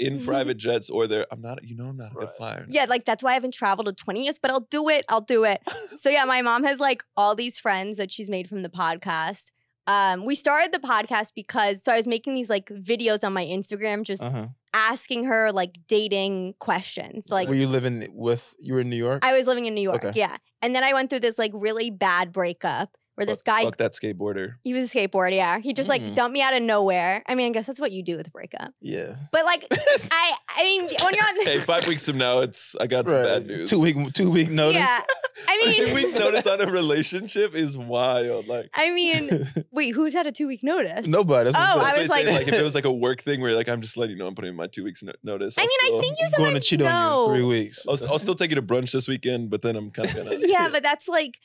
[SPEAKER 2] in private jets or they're I'm not you know I'm not a good
[SPEAKER 3] Right.
[SPEAKER 2] flyer.
[SPEAKER 1] yeah, like that's why I haven't traveled to 20 years, but I'll do it. I'll do it. So yeah, my mom has like all these friends that she's made from the podcast. Um, we started the podcast because so I was making these like videos on my Instagram just
[SPEAKER 3] Uh-huh.
[SPEAKER 1] asking her like dating questions. Like
[SPEAKER 3] Were you living with you were in New York?
[SPEAKER 1] I was living in New York,
[SPEAKER 3] Okay.
[SPEAKER 1] yeah. And then I went through this like really bad breakup where this guy,
[SPEAKER 2] Fuck that skateboarder.
[SPEAKER 1] he was a skateboarder, yeah. He just like
[SPEAKER 3] Mm.
[SPEAKER 1] dumped me out of nowhere. I mean, I guess that's what you do with a breakup.
[SPEAKER 3] yeah.
[SPEAKER 1] But like, I, I mean, when you're on,
[SPEAKER 2] Hey, five weeks from now it's I got some bad news.
[SPEAKER 3] Two week two week notice.
[SPEAKER 1] yeah. I
[SPEAKER 2] Two
[SPEAKER 1] mean,
[SPEAKER 2] weeks notice on a relationship is wild. Like
[SPEAKER 1] I mean, wait, who's had a two week notice?
[SPEAKER 3] Nobody. That's what I'm
[SPEAKER 1] Oh,
[SPEAKER 3] saying.
[SPEAKER 1] I
[SPEAKER 2] that's
[SPEAKER 1] was
[SPEAKER 2] what I'm saying,
[SPEAKER 1] like-
[SPEAKER 2] if it was like a work thing where you're like I'm just letting you know I'm putting in my two weeks no- notice.
[SPEAKER 1] I
[SPEAKER 2] I'll
[SPEAKER 1] mean, I
[SPEAKER 2] still-
[SPEAKER 1] think you
[SPEAKER 3] I'm going to
[SPEAKER 1] sometimes
[SPEAKER 3] cheat on you
[SPEAKER 1] know.
[SPEAKER 3] in three weeks.
[SPEAKER 2] I'll, s- I'll still take you to brunch this weekend, but then I'm kind of gonna
[SPEAKER 1] yeah, but that's like,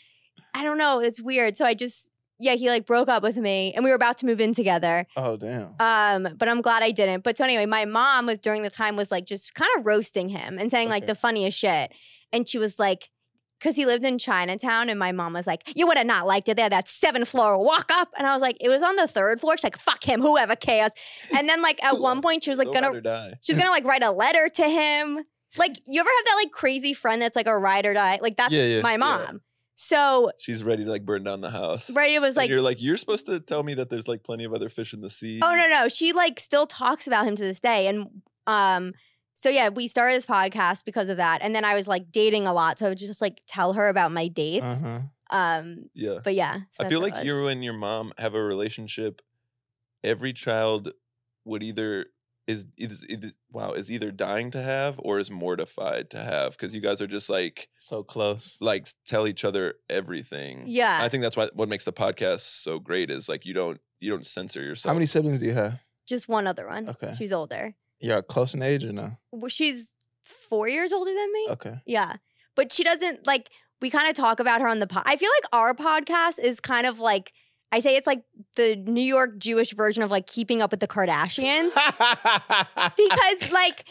[SPEAKER 1] I don't know. It's weird. So I just, yeah, he like broke up with me, and we were about to move in together.
[SPEAKER 3] oh damn.
[SPEAKER 1] Um, but I'm glad I didn't. But so anyway, my mom was during the time was like just kind of roasting him and saying like
[SPEAKER 3] Okay.
[SPEAKER 1] the funniest shit. And she was like, because he lived in Chinatown, and my mom was like, "You would have not liked it there. That seven floor walk up." And I was like, "It was on the third floor." She's like, "Fuck him, whoever cares." And then like at one point, she was like
[SPEAKER 2] Go
[SPEAKER 1] gonna
[SPEAKER 2] ride or die.
[SPEAKER 1] she's gonna like write a letter to him. Like you ever have that like crazy friend that's like a ride or die? Like that's
[SPEAKER 3] Yeah, yeah,
[SPEAKER 1] my
[SPEAKER 3] yeah.
[SPEAKER 1] mom. So
[SPEAKER 2] She's ready to like burn down the house.
[SPEAKER 1] right, it was
[SPEAKER 2] And
[SPEAKER 1] like
[SPEAKER 2] you're like you're supposed to tell me that there's like plenty of other fish in the sea.
[SPEAKER 1] Oh no, no, she like still talks about him to this day, and um, so yeah, we started this podcast because of that. And then I was like dating a lot. So I would just like tell her about my dates.
[SPEAKER 3] Uh-huh.
[SPEAKER 1] Um,
[SPEAKER 2] Yeah.
[SPEAKER 1] but yeah. so
[SPEAKER 2] I
[SPEAKER 1] that's
[SPEAKER 2] feel
[SPEAKER 1] what it
[SPEAKER 2] like
[SPEAKER 1] was.
[SPEAKER 2] you and your mom have a relationship. Every child would either is is, is wow is either dying to have or is mortified to have because you guys are just like
[SPEAKER 3] So close.
[SPEAKER 2] like tell each other everything.
[SPEAKER 1] Yeah.
[SPEAKER 2] I think that's why what makes the podcast so great is like you don't you don't censor yourself.
[SPEAKER 3] How many siblings do you have?
[SPEAKER 1] just one other one.
[SPEAKER 3] Okay.
[SPEAKER 1] She's older.
[SPEAKER 3] You're close in age or no?
[SPEAKER 1] Well, She's four years older than
[SPEAKER 2] Oh.
[SPEAKER 1] me.
[SPEAKER 3] Okay.
[SPEAKER 1] Yeah. But she doesn't like we kind of talk about her on the pod. I feel like our podcast is kind of like I say it's like the New York Jewish version of like keeping up with the Kardashians because like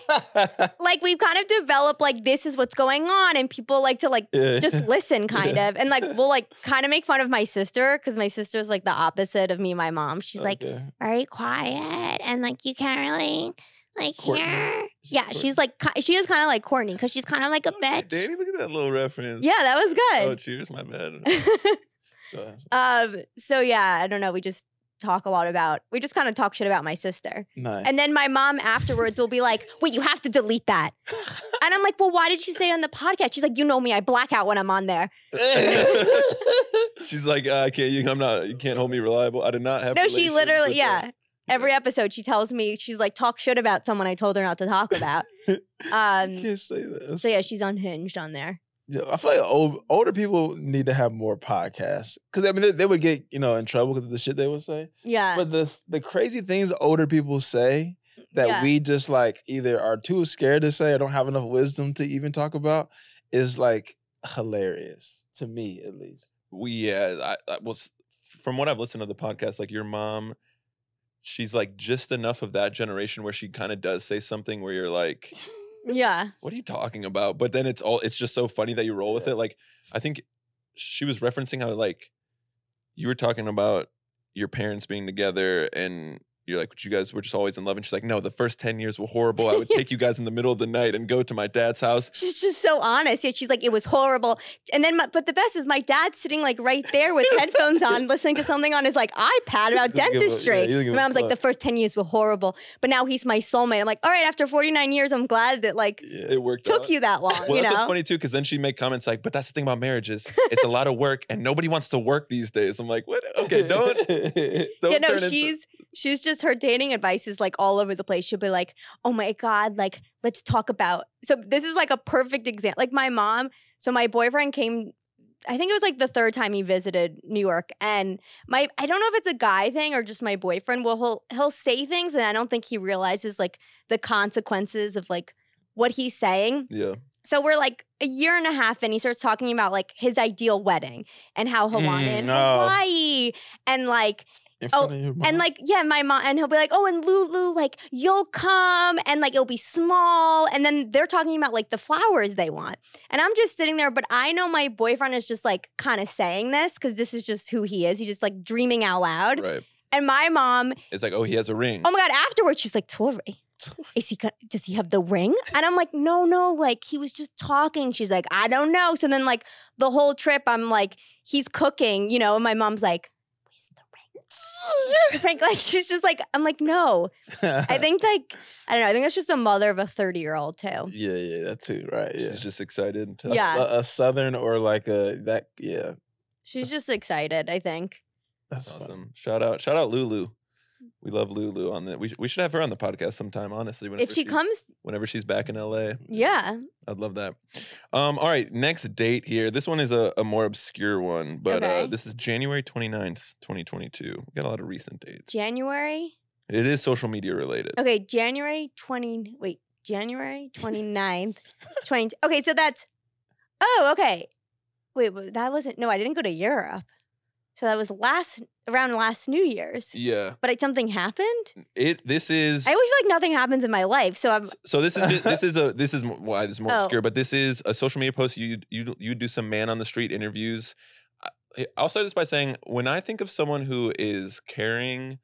[SPEAKER 1] like we've kind of developed like this is what's going on and people like to like
[SPEAKER 3] Yeah.
[SPEAKER 1] just listen kind
[SPEAKER 3] Yeah.
[SPEAKER 1] of and like we'll like kind of make fun of my sister because my sister's like the opposite of me and my mom she's like
[SPEAKER 3] Okay.
[SPEAKER 1] very quiet and like you can't really like
[SPEAKER 3] Courtney.
[SPEAKER 1] hear
[SPEAKER 3] She's
[SPEAKER 1] yeah she's like ki- she is kind of like Courtney because she's kind of like a bitch
[SPEAKER 2] Danny, look at that little reference.
[SPEAKER 1] yeah that was
[SPEAKER 2] Oh,
[SPEAKER 1] good
[SPEAKER 2] cheers, my bad.
[SPEAKER 3] Oh, Go ahead.
[SPEAKER 1] um so yeah i don't know we just talk a lot about we just kind of talk shit about my sister
[SPEAKER 3] Nice.
[SPEAKER 1] and then my mom afterwards will be like wait you have to delete that and i'm like well why did you say it on the podcast she's like you know me i black out when i'm on there
[SPEAKER 2] She's like, uh, I can't. You, I'm not. You can't hold me reliable. I did not have.
[SPEAKER 1] no she
[SPEAKER 2] relations
[SPEAKER 1] literally
[SPEAKER 2] with
[SPEAKER 1] yeah
[SPEAKER 2] her.
[SPEAKER 1] every episode she tells me she's like talk shit about someone i told her not to talk about
[SPEAKER 3] You
[SPEAKER 1] um
[SPEAKER 3] can't say that. That's-
[SPEAKER 1] so yeah she's unhinged on there
[SPEAKER 3] Yeah, I feel like old, older people need to have more podcasts because I mean they, they would get you know in trouble because of the shit they would say.
[SPEAKER 1] yeah
[SPEAKER 3] But the the crazy things older people say that
[SPEAKER 1] yeah.
[SPEAKER 3] we just like either are too scared to say or don't have enough wisdom to even talk about is like hilarious to me at least.
[SPEAKER 2] we yeah I, I was from what i've listened to the podcast like your mom she's like just enough of that generation where she kind of does say something where you're like
[SPEAKER 1] yeah
[SPEAKER 2] what are you talking about but then it's all it's just so funny that you roll with
[SPEAKER 3] Yeah.
[SPEAKER 2] it like i think she was referencing how like you were talking about your parents being together and you're like you guys were just always in love and she's like no the first 10 years were horrible i would take you guys in the middle of the night and go to my dad's house
[SPEAKER 1] She's just so honest. Yeah, she's like, it was horrible. And then, my, but the best is my dad's sitting like right there with headphones on, listening to something on his like iPad about
[SPEAKER 3] He doesn't give a- yeah,
[SPEAKER 1] dentistry.
[SPEAKER 3] he doesn't give
[SPEAKER 1] and
[SPEAKER 3] a
[SPEAKER 1] I was like, the
[SPEAKER 3] fuck.
[SPEAKER 1] first 10 years were horrible, but now he's my soulmate. I'm like, all right, after 49 years, I'm glad that like
[SPEAKER 3] Yeah.
[SPEAKER 2] it worked out.
[SPEAKER 1] took you that long,
[SPEAKER 2] Well,
[SPEAKER 1] you
[SPEAKER 2] that's what's
[SPEAKER 1] know?
[SPEAKER 2] funny too, because then she make comments like, "But that's the thing about marriages; it's a lot of work, and nobody wants to work these days." I'm like, "What? Okay, don't." don't
[SPEAKER 1] Yeah, no,
[SPEAKER 2] turn into-
[SPEAKER 1] she's she's just her dating advice is like all over the place. She'll be like, "Oh my god, like let's talk about." So this is like a perfect example. Like my mom, so my boyfriend came I think it was like the third time he visited New York and my I don't know if it's a guy thing or just my boyfriend. Well, he'll he'll say things and I don't think he realizes like the consequences of like what he's saying.
[SPEAKER 2] yeah,
[SPEAKER 1] So we're like a year and a half and he starts talking about like his ideal wedding and how Hawaiian
[SPEAKER 3] Mm,
[SPEAKER 1] and
[SPEAKER 3] no.
[SPEAKER 2] oh.
[SPEAKER 1] Hawaii and like
[SPEAKER 3] In
[SPEAKER 1] Oh,
[SPEAKER 3] front of your
[SPEAKER 1] and
[SPEAKER 3] mom.
[SPEAKER 1] like, yeah, my mom, and he'll be like, oh, and Lulu, like, you'll come, and like, it'll be small. And then they're talking about like the flowers they want. And I'm just sitting there, but I know my boyfriend is just like kind of saying this because this is just who he is. He's just like dreaming out loud.
[SPEAKER 2] right.
[SPEAKER 1] And my mom,
[SPEAKER 2] It's like, oh, he has a ring.
[SPEAKER 1] oh my God, afterwards, she's like, Tori. Is he got, does he have the ring? And I'm like, no, no, like he was just talking. She's like, I don't know. So then like the whole trip, I'm like, he's cooking, you know, and my mom's like, Where's the ring? Frank, like she's just like, I'm like, no. I think like I don't know. I think that's just a mother of a 30 year old too.
[SPEAKER 3] yeah, yeah, that too, right? Yeah.
[SPEAKER 2] She's just excited. To,
[SPEAKER 3] A
[SPEAKER 1] Yeah.
[SPEAKER 3] su- A, southern or like a that yeah.
[SPEAKER 1] She's just excited. I think.
[SPEAKER 3] That's
[SPEAKER 2] That's
[SPEAKER 3] funny.
[SPEAKER 2] awesome. Shout out, shout out, Lulu. We love Lulu on the. We, sh- we should have her on the podcast sometime. Honestly, whenever
[SPEAKER 1] If she
[SPEAKER 2] she's-
[SPEAKER 1] comes,
[SPEAKER 2] whenever she's back in LA,
[SPEAKER 1] yeah.
[SPEAKER 2] I'd love that. Um, all right, next date here. This one is a, a more obscure one, but uh,
[SPEAKER 1] Okay.
[SPEAKER 2] this is January 29th, 2022. We got a lot of recent dates.
[SPEAKER 1] January.
[SPEAKER 2] It is social media related.
[SPEAKER 1] Okay, January 20. Wait, January 29th. 20. Okay, so that's. Oh, okay. Wait, wa- that wasn't. No, I didn't go to Europe. So that was last around last New Year's.
[SPEAKER 2] Yeah.
[SPEAKER 1] But like, something happened.
[SPEAKER 2] It this is
[SPEAKER 1] I always feel like nothing happens in my life. So I'm.
[SPEAKER 2] so this is ju- this is a this is mo- why this is more
[SPEAKER 1] Oh.
[SPEAKER 2] obscure, but this is a social media post you you you do some man on the street interviews. I- I'll start this by saying when I think of someone who is carrying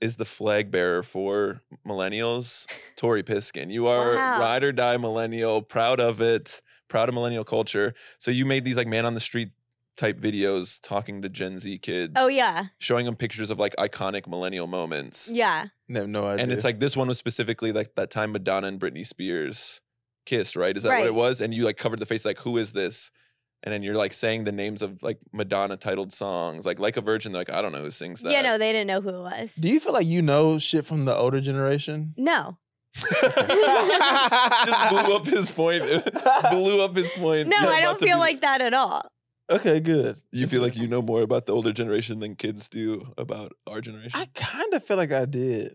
[SPEAKER 2] is the flag bearer for millennials, Tori Piskin. You are
[SPEAKER 1] Wow.
[SPEAKER 2] ride or die millennial, proud of it, proud of millennial culture. So you made these like man on the street type videos talking to Gen Z kids,
[SPEAKER 1] Oh yeah,
[SPEAKER 2] showing them pictures of like iconic millennial moments.
[SPEAKER 1] yeah.
[SPEAKER 3] I have no idea.
[SPEAKER 2] And it's like this one was specifically like that time Madonna and Britney Spears kissed, right? Is that what
[SPEAKER 1] Right.
[SPEAKER 2] it was? And you like covered the face like, who is this? And then you're like saying the names of like Madonna titled songs, like like a virgin. They're like I don't know who sings that.
[SPEAKER 1] You know, they didn't know who it was.
[SPEAKER 3] do you feel like you know shit from the older generation?
[SPEAKER 1] no.
[SPEAKER 2] Just blew up his point. blew up his point.
[SPEAKER 1] No,
[SPEAKER 2] You're
[SPEAKER 1] I
[SPEAKER 2] about
[SPEAKER 1] don't
[SPEAKER 2] to
[SPEAKER 1] feel
[SPEAKER 2] be-
[SPEAKER 1] like that at all.
[SPEAKER 3] Okay, good.
[SPEAKER 2] You feel like you know more about the older generation than kids do about our generation.
[SPEAKER 3] I kind of feel like I did.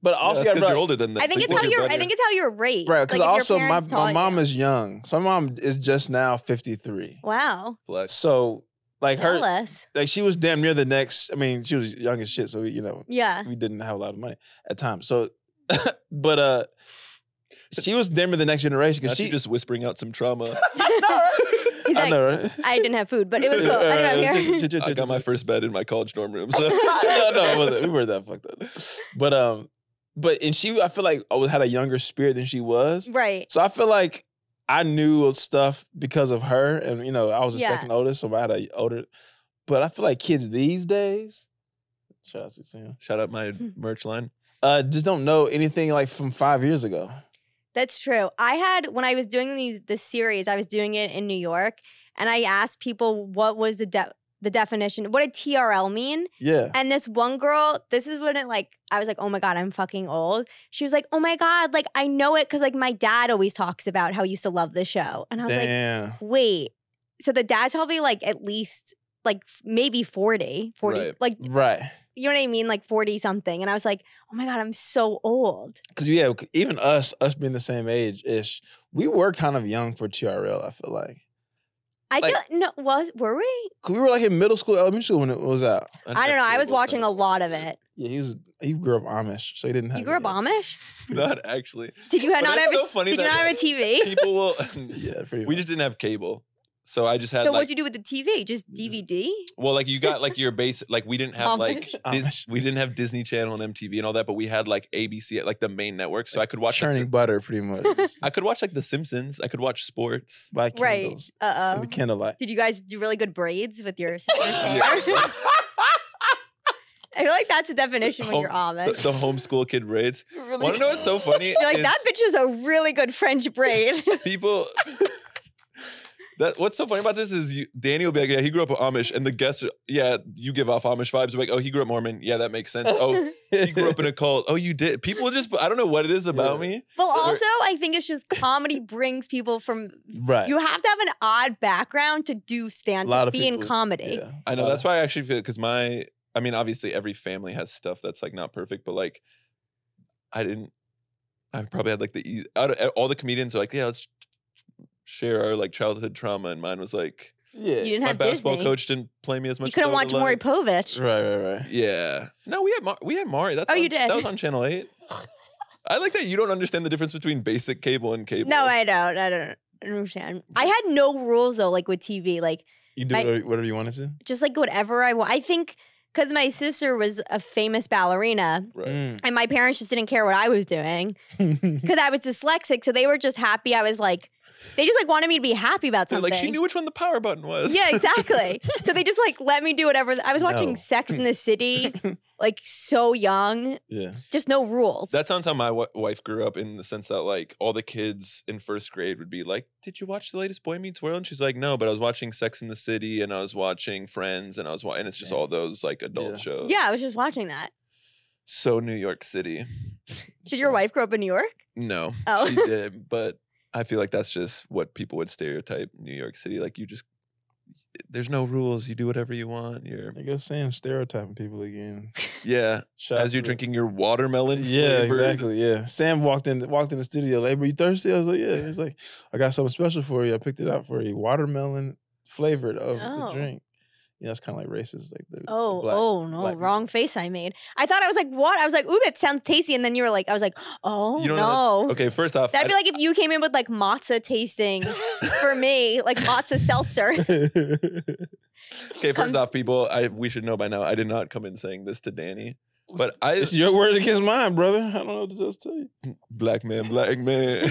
[SPEAKER 4] But
[SPEAKER 2] Yeah,
[SPEAKER 4] also,
[SPEAKER 2] that's 'cause
[SPEAKER 4] bro,
[SPEAKER 2] you're older than them.
[SPEAKER 1] I think
[SPEAKER 2] so
[SPEAKER 1] it's
[SPEAKER 2] you
[SPEAKER 1] how
[SPEAKER 2] think
[SPEAKER 1] you're. I
[SPEAKER 2] better.
[SPEAKER 1] think it's how you're raised.
[SPEAKER 3] Right, because
[SPEAKER 1] Like, if your
[SPEAKER 3] also my,
[SPEAKER 1] parents
[SPEAKER 3] my
[SPEAKER 1] taught
[SPEAKER 3] mom
[SPEAKER 1] you-
[SPEAKER 3] is young. So my mom is just now 53.
[SPEAKER 1] Wow.
[SPEAKER 2] Flex.
[SPEAKER 3] So like her
[SPEAKER 1] Jealous.
[SPEAKER 3] like she was damn near the next I mean, she was young as shit, so we, you know,
[SPEAKER 1] Yeah.
[SPEAKER 3] we didn't have a lot of money at times. So but uh she was damn near the next generation
[SPEAKER 2] Now
[SPEAKER 3] because
[SPEAKER 2] she
[SPEAKER 3] she
[SPEAKER 2] just whispering out some trauma.
[SPEAKER 1] He's
[SPEAKER 3] I
[SPEAKER 1] like,
[SPEAKER 3] know, right?
[SPEAKER 1] I didn't have food, but it was cool. I didn't have hair.
[SPEAKER 3] Ch- ch-
[SPEAKER 2] I
[SPEAKER 3] ch-
[SPEAKER 2] got my
[SPEAKER 3] ch-
[SPEAKER 2] first bed in my college dorm room. So
[SPEAKER 3] no, no, it wasn't. we were that fucked up. But um, but and she, I feel like I was- had a younger spirit than she was.
[SPEAKER 1] Right.
[SPEAKER 3] So I feel like I knew of stuff because of her, and you know I was the
[SPEAKER 1] Yeah.
[SPEAKER 3] second oldest, so I had a older. But I feel like kids these days, shout out to Sam,
[SPEAKER 2] shout out my merch line.
[SPEAKER 3] uh, just don't know anything like from five years ago.
[SPEAKER 1] That's true. I had when I was doing these this series, I was doing it in New York, and I asked people what was the de- the definition. What did TRL mean?
[SPEAKER 3] Yeah,
[SPEAKER 1] And this one girl, this is when it like I was like, oh my god, I'm fucking old. She was like, oh my god, like I know it because like my dad always talks about how he used to love the show, and I was like,
[SPEAKER 3] damn.
[SPEAKER 1] wait. So the dad's probably like at least like f- maybe 40, 40,
[SPEAKER 2] Right.
[SPEAKER 1] like
[SPEAKER 3] Right,
[SPEAKER 1] you know what I mean, like 40 something. And I was like, oh my god, I'm so old.
[SPEAKER 3] because yeah, c- even us, us being the same age ish, we were kind of young for TRL. I feel like
[SPEAKER 1] I
[SPEAKER 3] Like-
[SPEAKER 1] feel no was were we?
[SPEAKER 3] 'Cause we were like in middle school, elementary school when it was out.
[SPEAKER 1] I don't know. I was watching a lot of it.
[SPEAKER 3] Yeah, he was. He grew up Amish, so he didn't have.
[SPEAKER 1] You grew up
[SPEAKER 3] any-
[SPEAKER 1] Amish?
[SPEAKER 2] Not actually.
[SPEAKER 1] Did you
[SPEAKER 2] But
[SPEAKER 1] not have
[SPEAKER 2] that's
[SPEAKER 1] a,
[SPEAKER 2] so funny
[SPEAKER 1] did you
[SPEAKER 2] that-
[SPEAKER 1] not have a TV?
[SPEAKER 2] People will.
[SPEAKER 3] Yeah,
[SPEAKER 2] we
[SPEAKER 3] pretty. much.
[SPEAKER 2] just didn't have cable, so I just had
[SPEAKER 1] So
[SPEAKER 2] like. Mm-hmm.
[SPEAKER 1] what'd you do with the TV? Just DVD?
[SPEAKER 2] well, like you got like your base. Like we didn't have like. Dis-
[SPEAKER 3] Amish.
[SPEAKER 2] we didn't have Disney Channel and MTV and all that, but we had like ABC, like the main network, so I could watch. like,
[SPEAKER 3] churning
[SPEAKER 2] the-
[SPEAKER 3] butter, pretty much.
[SPEAKER 2] I could watch like The Simpsons. I could watch sports.
[SPEAKER 3] By
[SPEAKER 1] Right.
[SPEAKER 3] candles
[SPEAKER 1] Uh
[SPEAKER 3] in the
[SPEAKER 1] oh.
[SPEAKER 3] candlelight.
[SPEAKER 1] Did you guys do really good braids with your sister's hair?
[SPEAKER 2] Yeah.
[SPEAKER 1] I feel like that's a definition when you're
[SPEAKER 2] the,
[SPEAKER 1] Amish.
[SPEAKER 2] the homeschool kid braids.
[SPEAKER 1] Really-
[SPEAKER 2] Want to know what's so funny?
[SPEAKER 1] You're like
[SPEAKER 2] is
[SPEAKER 1] that bitch is a really good French braid.
[SPEAKER 2] people. That, what's so funny about this is you, Danny will be like, yeah, he grew up Amish, and the guests, are, yeah, you give off Amish vibes. We're like, oh, he grew up Mormon, yeah, that makes sense. Oh, he grew up in a cult. Oh, you did. People just, I don't know what it is about
[SPEAKER 3] Yeah.
[SPEAKER 2] me.
[SPEAKER 1] Well, also, I think it's just comedy brings people from.
[SPEAKER 3] right.
[SPEAKER 1] You have to have an odd background to do stand up,
[SPEAKER 3] Lot of
[SPEAKER 1] be in
[SPEAKER 3] people-
[SPEAKER 1] comedy.
[SPEAKER 3] yeah.
[SPEAKER 2] I know
[SPEAKER 3] Uh,
[SPEAKER 2] that's why I actually feel because my, I mean, obviously every family has stuff that's like not perfect, but like, I didn't. I probably had like the ea- out of all the comedians are like, yeah, let's share our like childhood trauma, and mine was like,
[SPEAKER 3] Yeah.
[SPEAKER 1] You didn't
[SPEAKER 2] my
[SPEAKER 1] have
[SPEAKER 2] basketball
[SPEAKER 1] Disney.
[SPEAKER 2] coach didn't play me as
[SPEAKER 1] you
[SPEAKER 2] much. as
[SPEAKER 1] couldn't
[SPEAKER 2] I would've
[SPEAKER 1] watch Maury
[SPEAKER 2] liked.
[SPEAKER 1] Povich.
[SPEAKER 3] Right, right, right.
[SPEAKER 2] Yeah. No, we had Mar- we had Mari. That's
[SPEAKER 1] Oh,
[SPEAKER 2] on-
[SPEAKER 1] you did.
[SPEAKER 2] That was on Channel Eight. I like that you don't understand the difference between basic cable and cable.
[SPEAKER 1] No, I don't. I don't I don't understand. I had no rules though, like with TV, like
[SPEAKER 3] You do
[SPEAKER 1] I-
[SPEAKER 3] whatever, whatever you wanted to.
[SPEAKER 1] just like whatever I want. I think because my sister was a famous ballerina,
[SPEAKER 2] Right.
[SPEAKER 1] and my parents just didn't care what I was doing.
[SPEAKER 3] Mm.
[SPEAKER 1] because I was dyslexic, so they were just happy. I was like, they just like wanted me to be happy about
[SPEAKER 2] They're
[SPEAKER 1] something.
[SPEAKER 2] like she knew which one the power button was.
[SPEAKER 1] yeah, exactly. so they just like let me do whatever. I was watching
[SPEAKER 3] No.
[SPEAKER 1] Sex in the City, like so young,
[SPEAKER 3] yeah.
[SPEAKER 1] just no rules.
[SPEAKER 2] That sounds how my w- wife grew up in the sense that like all the kids in first grade would be like, "Did you watch the latest Boy Meets World?" And she's like, "No, but I was watching Sex in the City and I was watching Friends and I was watching." And it's just
[SPEAKER 3] Yeah.
[SPEAKER 2] all those like adult
[SPEAKER 3] Yeah.
[SPEAKER 2] shows.
[SPEAKER 1] yeah, I was just watching that.
[SPEAKER 2] So New York City.
[SPEAKER 1] Did your wife grow up in New York?
[SPEAKER 2] No,
[SPEAKER 1] Oh.
[SPEAKER 2] she didn't. But I feel like that's just what people would stereotype New York City. Like you just, there's no rules. You do whatever you want. You're
[SPEAKER 3] There goes Sam stereotyping people again.
[SPEAKER 2] yeah.
[SPEAKER 3] Shout out
[SPEAKER 2] As you're
[SPEAKER 3] to-
[SPEAKER 2] drinking your watermelon.
[SPEAKER 3] Yeah,
[SPEAKER 2] flavored-
[SPEAKER 3] exactly. Yeah. Sam walked in walked in the studio like, "Were you thirsty?" I was like, "Yeah." He's like, "I got something special for you. I picked it out for you. Watermelon flavored of
[SPEAKER 1] Oh.
[SPEAKER 3] the drink." You know, it's kind of like racist, like the the
[SPEAKER 1] Oh,
[SPEAKER 3] black-
[SPEAKER 1] oh no,
[SPEAKER 3] black-
[SPEAKER 1] wrong face I made. I thought I was like, what? I was like, ooh, that sounds tasty. And then you were like, I was like, oh
[SPEAKER 2] You don't know
[SPEAKER 1] no.
[SPEAKER 2] Okay, first off,
[SPEAKER 1] That'd
[SPEAKER 2] I-
[SPEAKER 1] be like if you came in with like matzah tasting for me, like matzah seltzer.
[SPEAKER 2] Okay, first
[SPEAKER 1] Comes-
[SPEAKER 2] off, people, I we should know by now. I did not come in saying this to Danny, but I
[SPEAKER 3] it's your word against mine, brother. I don't know what to else tell you.
[SPEAKER 2] black man, black man.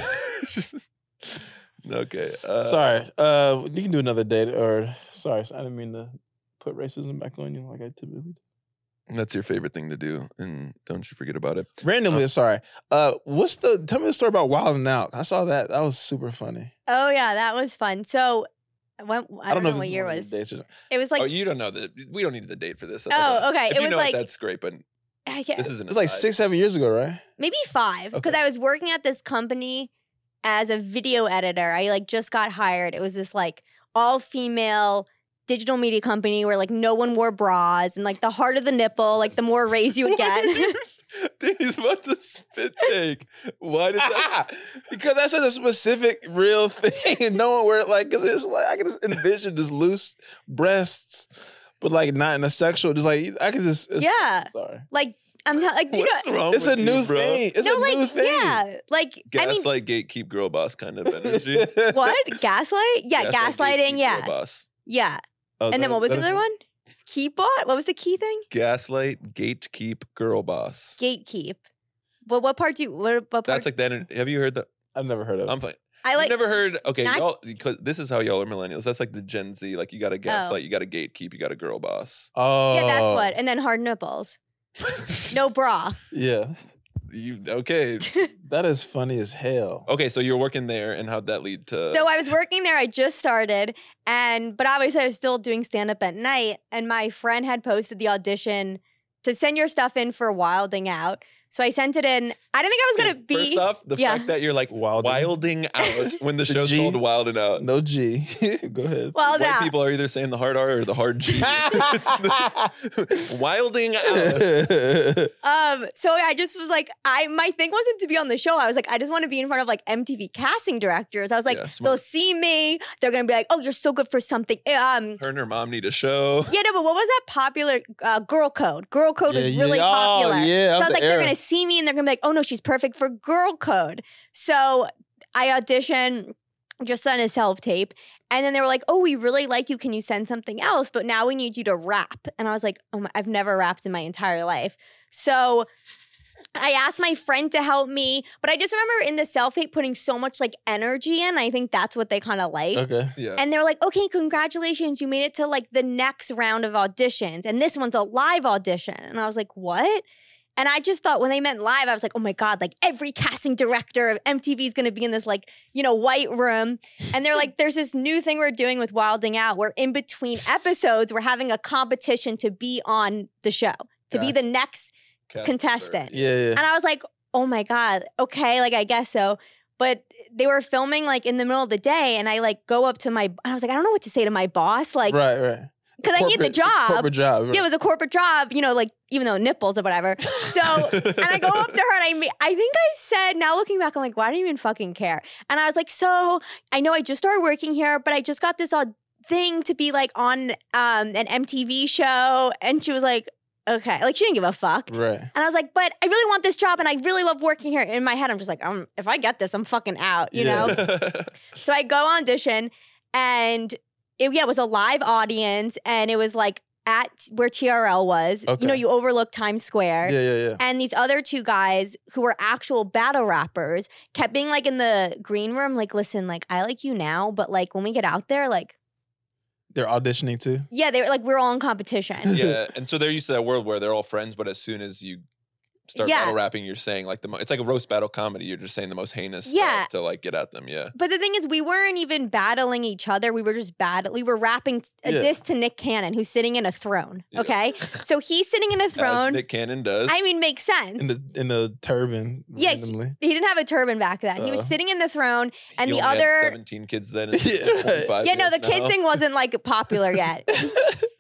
[SPEAKER 2] okay, uh,
[SPEAKER 3] sorry. Uh, you can do another date, or sorry, I didn't mean to put racism back on you like I typically do.
[SPEAKER 2] That's your favorite thing to do, and don't you forget about it.
[SPEAKER 5] Randomly, sorry. Uh, what's the? Tell me the story about Wilding Out. I saw that. That was super funny.
[SPEAKER 1] Oh yeah, that was fun. So when, I, don't know,
[SPEAKER 5] if
[SPEAKER 1] what
[SPEAKER 5] this is
[SPEAKER 1] year
[SPEAKER 5] one of
[SPEAKER 1] was.
[SPEAKER 5] the dates or-
[SPEAKER 1] It was like
[SPEAKER 2] oh, you don't know the. We don't need the date for this. I don't know.
[SPEAKER 1] oh okay,
[SPEAKER 2] If
[SPEAKER 1] it
[SPEAKER 2] you
[SPEAKER 1] was
[SPEAKER 2] know
[SPEAKER 1] like
[SPEAKER 2] it, that's great, but
[SPEAKER 1] I can't-
[SPEAKER 2] this is an.
[SPEAKER 5] It was like
[SPEAKER 2] aside.
[SPEAKER 5] six, seven years ago, right?
[SPEAKER 1] maybe five because
[SPEAKER 5] Okay.
[SPEAKER 1] I was working at this company as a video editor. I like just got hired. It was this like all female digital media company where like no one wore bras and like the harder the nipple, like the more raise you would get.
[SPEAKER 2] Danny's about to spit take. Why did that?
[SPEAKER 5] because that's such a specific, real thing, and no one wear it like. Because it's like I can just envision just loose breasts, but like not in a sexual. Just like I could just. It's,
[SPEAKER 1] yeah,
[SPEAKER 5] Sorry,
[SPEAKER 1] like I'm not like you know.
[SPEAKER 2] What's wrong
[SPEAKER 5] it's a
[SPEAKER 2] with you,
[SPEAKER 5] new
[SPEAKER 2] bro?
[SPEAKER 5] thing. It's
[SPEAKER 1] no,
[SPEAKER 5] a
[SPEAKER 1] like
[SPEAKER 5] new thing.
[SPEAKER 1] yeah, like I mean,
[SPEAKER 2] Gaslight, gatekeep, girl boss kind of energy.
[SPEAKER 1] what gaslight? Yeah,
[SPEAKER 2] Gaslight,
[SPEAKER 1] gaslighting.
[SPEAKER 2] gatekeep,
[SPEAKER 1] Yeah,
[SPEAKER 2] girl boss.
[SPEAKER 1] yeah.
[SPEAKER 5] Oh,
[SPEAKER 1] And then
[SPEAKER 5] that-
[SPEAKER 1] what was the
[SPEAKER 5] that-
[SPEAKER 1] other one? Key bot. What was the key thing?
[SPEAKER 2] Gaslight, gatekeep, girl boss.
[SPEAKER 1] Gatekeep. But what part do you? What, what part?
[SPEAKER 2] That's like that. ener- Have you heard that?
[SPEAKER 5] I've never heard of.
[SPEAKER 2] I'm fine.
[SPEAKER 1] I like.
[SPEAKER 2] You've never heard. Okay,
[SPEAKER 1] not- Oh.
[SPEAKER 2] y'all. Because this is how y'all are millennials. That's like the Gen Z. Like you got a gaslight, you got a gatekeep, you got a girl boss.
[SPEAKER 5] oh,
[SPEAKER 1] Yeah, that's what. And then hard nipples. No bra.
[SPEAKER 5] Oh, Yeah,
[SPEAKER 2] You okay?
[SPEAKER 5] that is funny as hell.
[SPEAKER 2] Okay, so you're working there, and how'd that lead to?
[SPEAKER 1] So I was working there. I just started, and but obviously I was still doing stand up at night. And my friend had posted the audition to send your stuff in for Wilding Out. So I sent it in. I didn't think I was gonna
[SPEAKER 2] And
[SPEAKER 1] be.
[SPEAKER 2] First off, the
[SPEAKER 1] yeah.
[SPEAKER 2] fact that you're like
[SPEAKER 5] Wilding.
[SPEAKER 2] wilding out when the
[SPEAKER 5] The
[SPEAKER 2] show's
[SPEAKER 5] G.
[SPEAKER 2] called Wilding Out.
[SPEAKER 5] No G. Go ahead.
[SPEAKER 1] Wild
[SPEAKER 2] White
[SPEAKER 1] out.
[SPEAKER 2] people are either saying the hard R or the hard G. It's the- wilding out.
[SPEAKER 1] Um, so I just was like, I my thing wasn't to be on the show. I was like, I just want to be in front of like MTV casting directors. I was like,
[SPEAKER 2] Yeah,
[SPEAKER 1] they'll
[SPEAKER 2] smart.
[SPEAKER 1] see me. They're gonna be like, oh, you're so good for something. Um,
[SPEAKER 2] Her and her mom need a show.
[SPEAKER 1] yeah, no, but what was that popular uh, girl code? Girl code
[SPEAKER 5] Yeah,
[SPEAKER 1] was
[SPEAKER 5] yeah.
[SPEAKER 1] really
[SPEAKER 5] Oh,
[SPEAKER 1] popular.
[SPEAKER 5] yeah,
[SPEAKER 1] so I
[SPEAKER 5] of
[SPEAKER 1] was
[SPEAKER 5] the
[SPEAKER 1] like, they're
[SPEAKER 5] era.
[SPEAKER 1] gonna see me and they're gonna be like, oh no, she's perfect for girl code. So I auditioned just on a self tape, and then they were like, oh, we really like you. Can you send something else? But now we need you to rap. And I was like, oh, my, I've never rapped in my entire life. So. I asked my friend to help me, but I just remember in the self tape putting so much like energy in. I think that's what they kind of like.
[SPEAKER 5] okay.
[SPEAKER 2] Yeah.
[SPEAKER 1] And they're like, okay, congratulations, you made it to like the next round of auditions. And this one's a live audition. And I was like, what? And I just thought when they meant live, I was like, oh my God, like every casting director of MTV is gonna be in this like, you know, white room. And they're like, there's this new thing we're doing with Wilding Out where in between episodes, we're having a competition to be on the show, to be
[SPEAKER 5] Gotcha.
[SPEAKER 1] the next
[SPEAKER 2] Cast
[SPEAKER 1] contestant.
[SPEAKER 2] third.
[SPEAKER 5] Yeah, yeah.
[SPEAKER 1] and I was like, oh my God, okay, like I guess so. But they were filming like in the middle of the day, and I like go up to my, and I was like, I don't know what to say to my boss, like, because
[SPEAKER 5] right, right.
[SPEAKER 1] I need the
[SPEAKER 5] Corporate- uh,
[SPEAKER 1] job.
[SPEAKER 5] Corporate job.
[SPEAKER 1] Yeah, it was a corporate job, you know, like even though nipples or whatever. So, and I go up to her and I, ma- I think I said, now looking back, I'm like, why do you even fucking care? And I was like, so I know I just started working here, but I just got this odd thing to be like on um, an MTV show, and she was like, okay, like she didn't give a fuck.
[SPEAKER 5] Right.
[SPEAKER 1] And I was like, but I really want this job and I really love working here. In my head, I'm just like, um, if I get this, I'm fucking out, you
[SPEAKER 5] Yeah.
[SPEAKER 1] know? so I go audition and it, yeah, it was a live audience and it was like at where TRL was.
[SPEAKER 5] Okay.
[SPEAKER 1] You know, you overlook Times Square.
[SPEAKER 5] Yeah, yeah, yeah.
[SPEAKER 1] And these other two guys who were actual battle rappers kept being like in the green room, like, listen, like, I like you now, but like when we get out there, like,
[SPEAKER 5] They're auditioning too.
[SPEAKER 1] yeah, they were like, we're all in competition.
[SPEAKER 2] yeah. And so they're used to that world where they're all friends, but as soon as you start
[SPEAKER 1] Yeah.
[SPEAKER 2] battle rapping, you're saying like the mo- it's like a roast battle comedy. You're just saying the most heinous
[SPEAKER 1] Yeah.
[SPEAKER 2] stuff to like get at them. Yeah.
[SPEAKER 1] But the thing is, we weren't even battling each other. We were just battle. We were rapping t- a
[SPEAKER 5] Yeah.
[SPEAKER 1] diss to Nick Cannon, who's sitting in a throne.
[SPEAKER 2] Yeah.
[SPEAKER 1] Okay, so he's sitting in a
[SPEAKER 2] As
[SPEAKER 1] throne.
[SPEAKER 2] Nick Cannon does.
[SPEAKER 1] I mean, makes sense.
[SPEAKER 5] In the in the turban.
[SPEAKER 1] Yeah, he-
[SPEAKER 5] Randomly.
[SPEAKER 1] he didn't have a turban back then. he was
[SPEAKER 5] Uh.
[SPEAKER 1] sitting in the throne, and
[SPEAKER 2] He
[SPEAKER 1] the
[SPEAKER 2] only had
[SPEAKER 1] other.
[SPEAKER 2] 17 kids then. and
[SPEAKER 5] Yeah, right.
[SPEAKER 2] 25
[SPEAKER 1] Yeah, no, the
[SPEAKER 2] kids
[SPEAKER 1] kids
[SPEAKER 2] now.
[SPEAKER 1] thing wasn't like popular yet.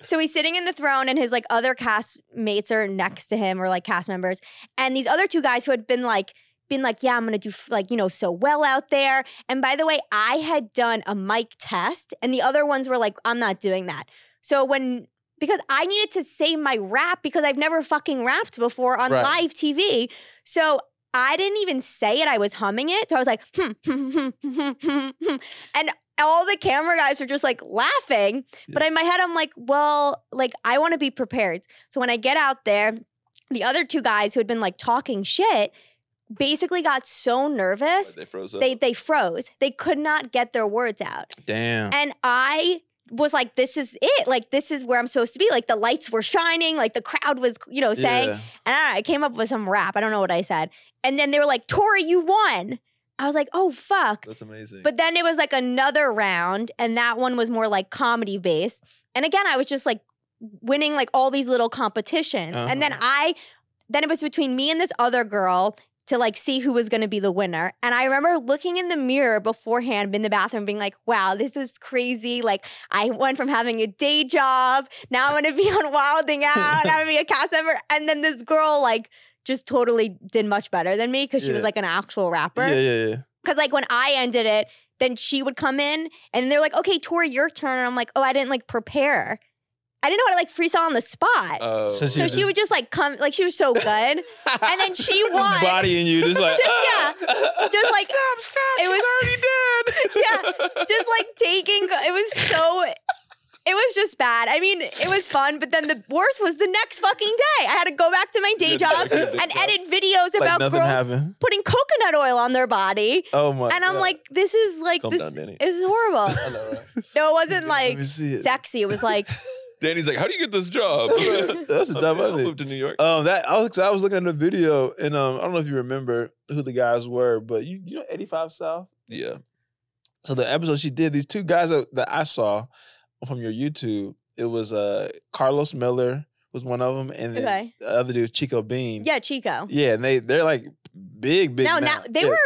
[SPEAKER 1] so he's sitting in the throne, and his like other cast mates are next to him, or like cast members, and these other two guys who had been like, been like, yeah, I'm gonna do f- like you know so well out there. And by the way, I had done a mic test, and the other ones were like, I'm not doing that. So when because I needed to say my rap because I've never fucking rapped before on
[SPEAKER 5] Right.
[SPEAKER 1] live TV. So I didn't even say it. I was humming it. So I was like, hmm, hmm, hmm, hmm, hmm, hmm. and all the camera guys are just like laughing. But in my head, I'm like, well, like I want to be prepared. So when I get out there, the other two guys who had been like talking shit basically got so nervous
[SPEAKER 2] They froze up.
[SPEAKER 1] they they froze. They could not get their words out.
[SPEAKER 5] Damn.
[SPEAKER 1] And I was like, this is it. Like, this is where I'm supposed to be. Like, the lights were shining. Like, the crowd was, you know, saying.
[SPEAKER 3] Yeah.
[SPEAKER 1] And I, I came up with some rap. I don't know what I said. And then they were like, Tori, you won. I was like, oh, fuck.
[SPEAKER 2] That's amazing.
[SPEAKER 1] But then it was like another round, and that one was more like comedy based. And again, I was just like winning like all these little competitions. And
[SPEAKER 2] Uh-huh.
[SPEAKER 1] then I, then it was between me and this other girl to like see who was going to be the winner. And I remember looking in the mirror beforehand in the bathroom being like, wow, this is crazy. Like I went from having a day job, now I'm going to be on Wilding Out, now I'm going to be a cast member. And then this girl like just totally did much better than me because she was
[SPEAKER 3] Yeah.
[SPEAKER 1] like an actual rapper.
[SPEAKER 3] yeah, yeah, yeah.
[SPEAKER 1] Cause like when I ended it, then she would come in and they're like, okay, Tori, your turn. And I'm like, oh, I didn't like prepare. I didn't know how to like freestyle on the spot.
[SPEAKER 3] Uh,
[SPEAKER 2] oh,
[SPEAKER 6] So she-
[SPEAKER 1] so she would just like come, like she was so good. and then she won.
[SPEAKER 3] Just bodying you, just like
[SPEAKER 1] Just,
[SPEAKER 3] ah.
[SPEAKER 1] Just like,
[SPEAKER 3] stop, stop.
[SPEAKER 1] it
[SPEAKER 3] she's
[SPEAKER 1] was-
[SPEAKER 3] already dead.
[SPEAKER 1] yeah, just like taking, it was so, it was just bad. I mean, it was fun, but then the worst was the next fucking day. I had to go back to my day
[SPEAKER 2] You had
[SPEAKER 1] job
[SPEAKER 2] to go back to your day
[SPEAKER 1] and
[SPEAKER 2] job.
[SPEAKER 1] edit videos
[SPEAKER 3] like
[SPEAKER 1] about
[SPEAKER 3] nothing
[SPEAKER 1] girls
[SPEAKER 3] happened.
[SPEAKER 1] putting coconut oil on their body.
[SPEAKER 3] Oh my!
[SPEAKER 1] And I'm
[SPEAKER 3] God.
[SPEAKER 1] like, this is like,
[SPEAKER 2] Calm
[SPEAKER 1] this
[SPEAKER 2] down, Danny.
[SPEAKER 1] is horrible.
[SPEAKER 2] I know, right?
[SPEAKER 1] No, it wasn't like
[SPEAKER 3] Let me see it.
[SPEAKER 1] sexy. It was like,
[SPEAKER 2] Danny's like, how do you get this job?
[SPEAKER 3] That's a dumb
[SPEAKER 2] I
[SPEAKER 3] idea.
[SPEAKER 2] moved to New York.
[SPEAKER 1] Oh.
[SPEAKER 3] Um, that I was I was looking at the video, and um, I don't know if you remember who the guys were, but you you know eighty five South.
[SPEAKER 2] yeah.
[SPEAKER 3] So the episode she did, these two guys that, that I saw from your YouTube, it was uh Carlos Miller was one of them, and then
[SPEAKER 1] Okay.
[SPEAKER 3] the other dude Chico Bean.
[SPEAKER 1] yeah, Chico.
[SPEAKER 3] yeah, and they they're like big, big.
[SPEAKER 1] No, now they
[SPEAKER 3] Yeah.
[SPEAKER 1] were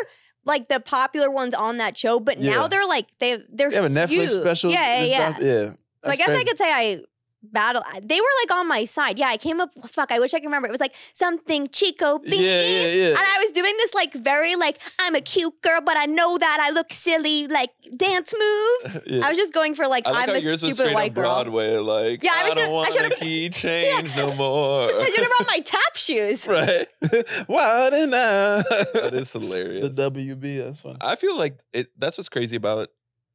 [SPEAKER 1] like the popular ones on that show, but now
[SPEAKER 3] Yeah.
[SPEAKER 1] they're like they they're
[SPEAKER 3] They have a Netflix
[SPEAKER 1] huge.
[SPEAKER 3] special.
[SPEAKER 1] Yeah, yeah,
[SPEAKER 3] just
[SPEAKER 1] yeah.
[SPEAKER 3] dropped- yeah.
[SPEAKER 1] So I
[SPEAKER 3] That's
[SPEAKER 1] guess I
[SPEAKER 3] crazy.
[SPEAKER 1] could say I battle. They were like on my side. Yeah, I came up. Fuck, I wish I could remember. It was like something Chico Bean.
[SPEAKER 3] Yeah, yeah, yeah.
[SPEAKER 1] And I was doing this like very like I'm a cute girl, but I know that I look silly. Like dance move.
[SPEAKER 3] Yeah.
[SPEAKER 1] I was just going for like
[SPEAKER 2] I like
[SPEAKER 1] am
[SPEAKER 2] how
[SPEAKER 1] a
[SPEAKER 2] yours
[SPEAKER 1] stupid
[SPEAKER 2] was straight on
[SPEAKER 1] white girl.
[SPEAKER 2] Broadway. Like,
[SPEAKER 1] Yeah, I was
[SPEAKER 2] I, don't
[SPEAKER 1] just- I
[SPEAKER 2] want
[SPEAKER 1] should've-
[SPEAKER 2] a key change no more.
[SPEAKER 1] I should have brought my tap shoes.
[SPEAKER 3] right. Wild and out.
[SPEAKER 2] that is
[SPEAKER 3] the
[SPEAKER 2] hilarious.
[SPEAKER 3] WB. That's funny.
[SPEAKER 2] I feel like it. That's what's crazy about.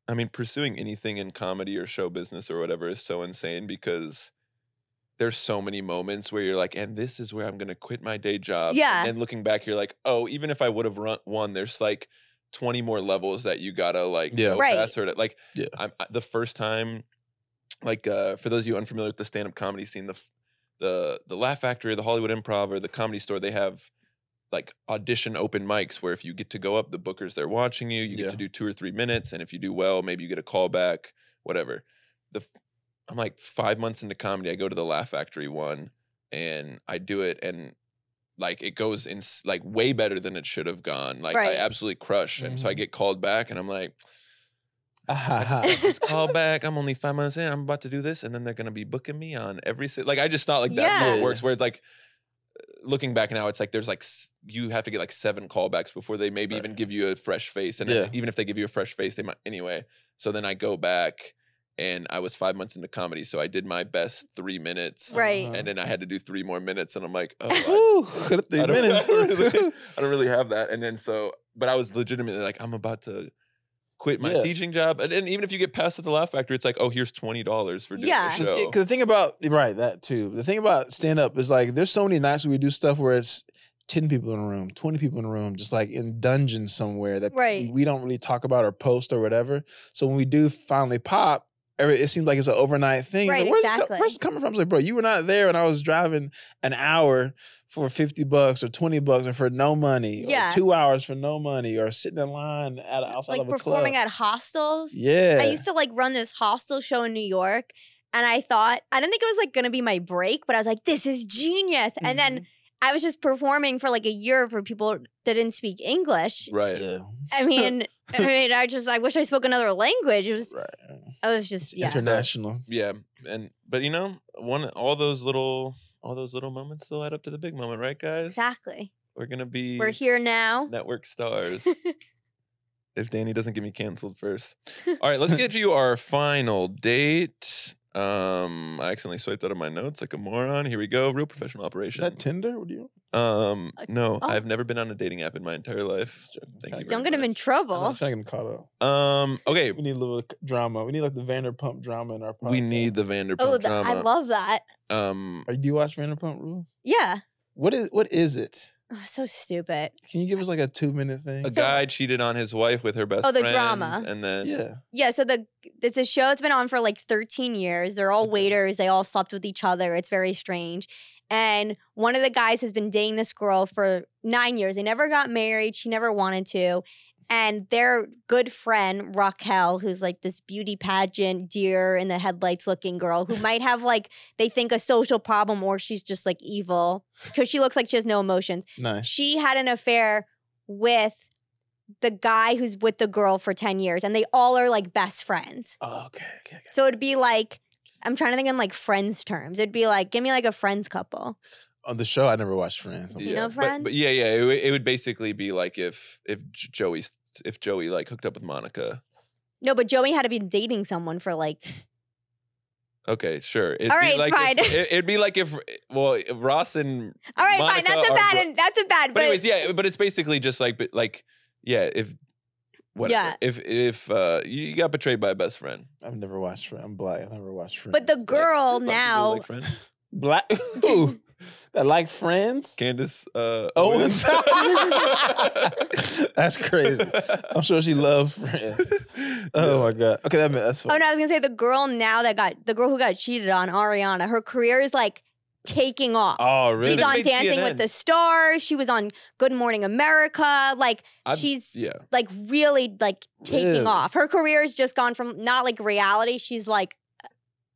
[SPEAKER 2] I mean, pursuing anything in comedy or show business or whatever is so insane because there's so many moments where you're like, and this is where I'm gonna quit my day job.
[SPEAKER 1] Yeah.
[SPEAKER 2] And then looking back, you're like, oh, even if I would have run won, there's like 20 more levels that you gotta like
[SPEAKER 3] Yeah.
[SPEAKER 2] go
[SPEAKER 1] Right.
[SPEAKER 2] past or to- like
[SPEAKER 3] Yeah.
[SPEAKER 2] I'm, I, the first time, like uh, for those of you unfamiliar with the stand up comedy scene, the f- the the Laugh Factory, the Hollywood Improv, or the Comedy Store, they have like audition open mics where if you get to go up, the bookers they're watching you. You get to
[SPEAKER 3] Yeah.
[SPEAKER 2] do two or three minutes, and if you do well, maybe you get a call back, whatever. The f- I'm like five months into comedy, I go to the Laugh Factory one, and I do it, and like it goes in s- like way better than it should have gone. Like I
[SPEAKER 1] Right.
[SPEAKER 2] absolutely crush, and so I
[SPEAKER 3] Mhm.
[SPEAKER 2] get called back, and I'm like. I
[SPEAKER 3] Ah,
[SPEAKER 2] just got this call back. I'm only five months in. I'm about to do this, and then they're gonna be booking me on every si- like. I just thought like that's how
[SPEAKER 1] Yeah.
[SPEAKER 2] it works. Where it's like, uh, looking back now, it's like there's like s- you have to get like seven callbacks before they maybe even
[SPEAKER 3] Right.
[SPEAKER 2] give you a fresh face, and
[SPEAKER 3] Yeah.
[SPEAKER 2] even if they give you a fresh face, they might anyway. So then I go back, and I was five months into comedy, so I did my best three minutes,
[SPEAKER 1] Right.
[SPEAKER 2] and then I had to do three more minutes, and I'm like, oh, I
[SPEAKER 3] Ooh, three
[SPEAKER 2] I don't-
[SPEAKER 3] minutes.
[SPEAKER 2] I don't, really, I don't really have that. And then so, but I was legitimately like, I'm about to quit my
[SPEAKER 3] Yeah.
[SPEAKER 2] teaching job. And, and even if you get past at the Laugh Factory, it's like, oh, here's twenty dollars for doing
[SPEAKER 1] Yeah.
[SPEAKER 2] the show.
[SPEAKER 3] Because the thing about right that too. The thing about stand up is like there's so many nights where we do stuff where it's ten people in a room, twenty people in a room, just like in dungeons somewhere that
[SPEAKER 1] Right.
[SPEAKER 3] we don't really talk about or post or whatever. So when we do finally pop. every- It seems like it's an overnight thing. It's
[SPEAKER 1] Right,
[SPEAKER 3] like, where's, this co-
[SPEAKER 1] exactly.
[SPEAKER 3] where's this coming from? It's like, bro, you were not there when I was driving an hour for 50 bucks or 20 bucks or for no money. or
[SPEAKER 1] Yeah.
[SPEAKER 3] two hours for no money or sitting in line at outside
[SPEAKER 1] Like
[SPEAKER 3] of a
[SPEAKER 1] performing
[SPEAKER 3] club.
[SPEAKER 1] at hostels.
[SPEAKER 3] yeah.
[SPEAKER 1] I used to like run this hostel show in New York, and I thought I didn't think it was like gonna be my break, but I was like, this is genius. And then I was just performing for like a year for people that didn't speak English.
[SPEAKER 2] Right.
[SPEAKER 3] Yeah.
[SPEAKER 1] I mean, I mean, I just I wish I spoke another language. It was
[SPEAKER 3] Right.
[SPEAKER 1] I was
[SPEAKER 3] It's
[SPEAKER 1] just yeah.
[SPEAKER 3] international.
[SPEAKER 2] Yeah. And but you know, one all those little all those little moments they'll add up to the big moment, right, guys?
[SPEAKER 1] Exactly.
[SPEAKER 2] We're gonna be
[SPEAKER 1] We're here now.
[SPEAKER 2] network stars. if Danny doesn't get me canceled first. All right, let's get you our final date. Um, I accidentally swiped out of my notes like a moron. Here we go. Real professional
[SPEAKER 3] Is
[SPEAKER 2] operation.
[SPEAKER 3] that Tinder? What do you?
[SPEAKER 2] Um,
[SPEAKER 1] Uh,
[SPEAKER 2] no,
[SPEAKER 1] oh.
[SPEAKER 2] I've never been on a dating app in my entire life. Thank you.
[SPEAKER 1] Don't
[SPEAKER 2] very
[SPEAKER 1] get him in
[SPEAKER 2] much.
[SPEAKER 1] trouble.
[SPEAKER 3] I'm trying to get caught up.
[SPEAKER 2] Um, okay,
[SPEAKER 3] We need a little c- drama. We need like the Vanderpump drama in our podcast.
[SPEAKER 2] we need the Vanderpump
[SPEAKER 1] Oh, th-
[SPEAKER 2] drama.
[SPEAKER 1] I love that.
[SPEAKER 2] um,
[SPEAKER 3] Are, do you watch Vanderpump Rules?
[SPEAKER 1] Yeah.
[SPEAKER 3] What is what is it?
[SPEAKER 1] Oh, so stupid.
[SPEAKER 5] Can you give us like a two minute thing?
[SPEAKER 2] A guy cheated on his wife with her best
[SPEAKER 1] Oh, the
[SPEAKER 2] friend,
[SPEAKER 1] drama.
[SPEAKER 2] And then
[SPEAKER 5] Yeah.
[SPEAKER 1] Yeah, so the it's a show that's been on for like 13 years. They're all
[SPEAKER 2] Okay.
[SPEAKER 1] waiters. They all slept with each other. It's very strange. And one of the guys has been dating this girl for nine years. They never got married. She never wanted to. And their good friend Raquel, who's like this beauty pageant deer in the headlights looking girl, who might have like they think a social problem or she's just like evil because she looks like she has no emotions
[SPEAKER 5] Nice.
[SPEAKER 1] she had an affair with the guy who's with the girl for 10 years and they all are like best friends.
[SPEAKER 5] Oh, okay, okay, okay.
[SPEAKER 1] So it'd be like I'm trying to think in like friends terms. It'd be like give me like a friends couple.
[SPEAKER 5] On the show, I never watched Friends.
[SPEAKER 1] you know
[SPEAKER 2] but-
[SPEAKER 1] Friends?
[SPEAKER 2] But, yeah, yeah, it, would- it would basically be like if if J- Joey's if Joey like hooked up with Monica.
[SPEAKER 1] No, but Joey had to be dating someone for like
[SPEAKER 2] Okay, sure. It'd
[SPEAKER 1] All
[SPEAKER 2] be
[SPEAKER 1] right,
[SPEAKER 2] like
[SPEAKER 1] fine.
[SPEAKER 2] If, it, would be like if well Ross and
[SPEAKER 1] All right,
[SPEAKER 2] Monica
[SPEAKER 1] fine. That's a
[SPEAKER 2] or
[SPEAKER 1] bad
[SPEAKER 2] Bro-
[SPEAKER 1] and that's a bad
[SPEAKER 2] but anyways, yeah. But it's basically just like but like yeah if whatever
[SPEAKER 1] Yeah.
[SPEAKER 2] if if uh you you got betrayed by a best friend.
[SPEAKER 5] I've never watched Friends. I'm black. I've never watched Friends.
[SPEAKER 1] but the girl
[SPEAKER 2] Like, people
[SPEAKER 1] now
[SPEAKER 2] like friends.
[SPEAKER 5] black Ooh, that like Friends.
[SPEAKER 2] Candace uh,
[SPEAKER 5] Owens. That's crazy. I'm sure she loved Friends. Oh my god. Okay, that that's
[SPEAKER 1] Oh
[SPEAKER 5] fine.
[SPEAKER 1] no, I was gonna say the girl now that got the girl who got cheated on, Ariana, her career is like taking off.
[SPEAKER 5] Oh, really?
[SPEAKER 1] She's
[SPEAKER 2] This
[SPEAKER 1] on
[SPEAKER 2] made
[SPEAKER 1] Dancing with
[SPEAKER 2] CNN.
[SPEAKER 1] the Stars. She was on Good Morning America. Like
[SPEAKER 2] I've-
[SPEAKER 1] she's
[SPEAKER 2] Yeah.
[SPEAKER 1] like really like taking
[SPEAKER 5] Really?
[SPEAKER 1] off. Her career has just gone from not like reality. She's like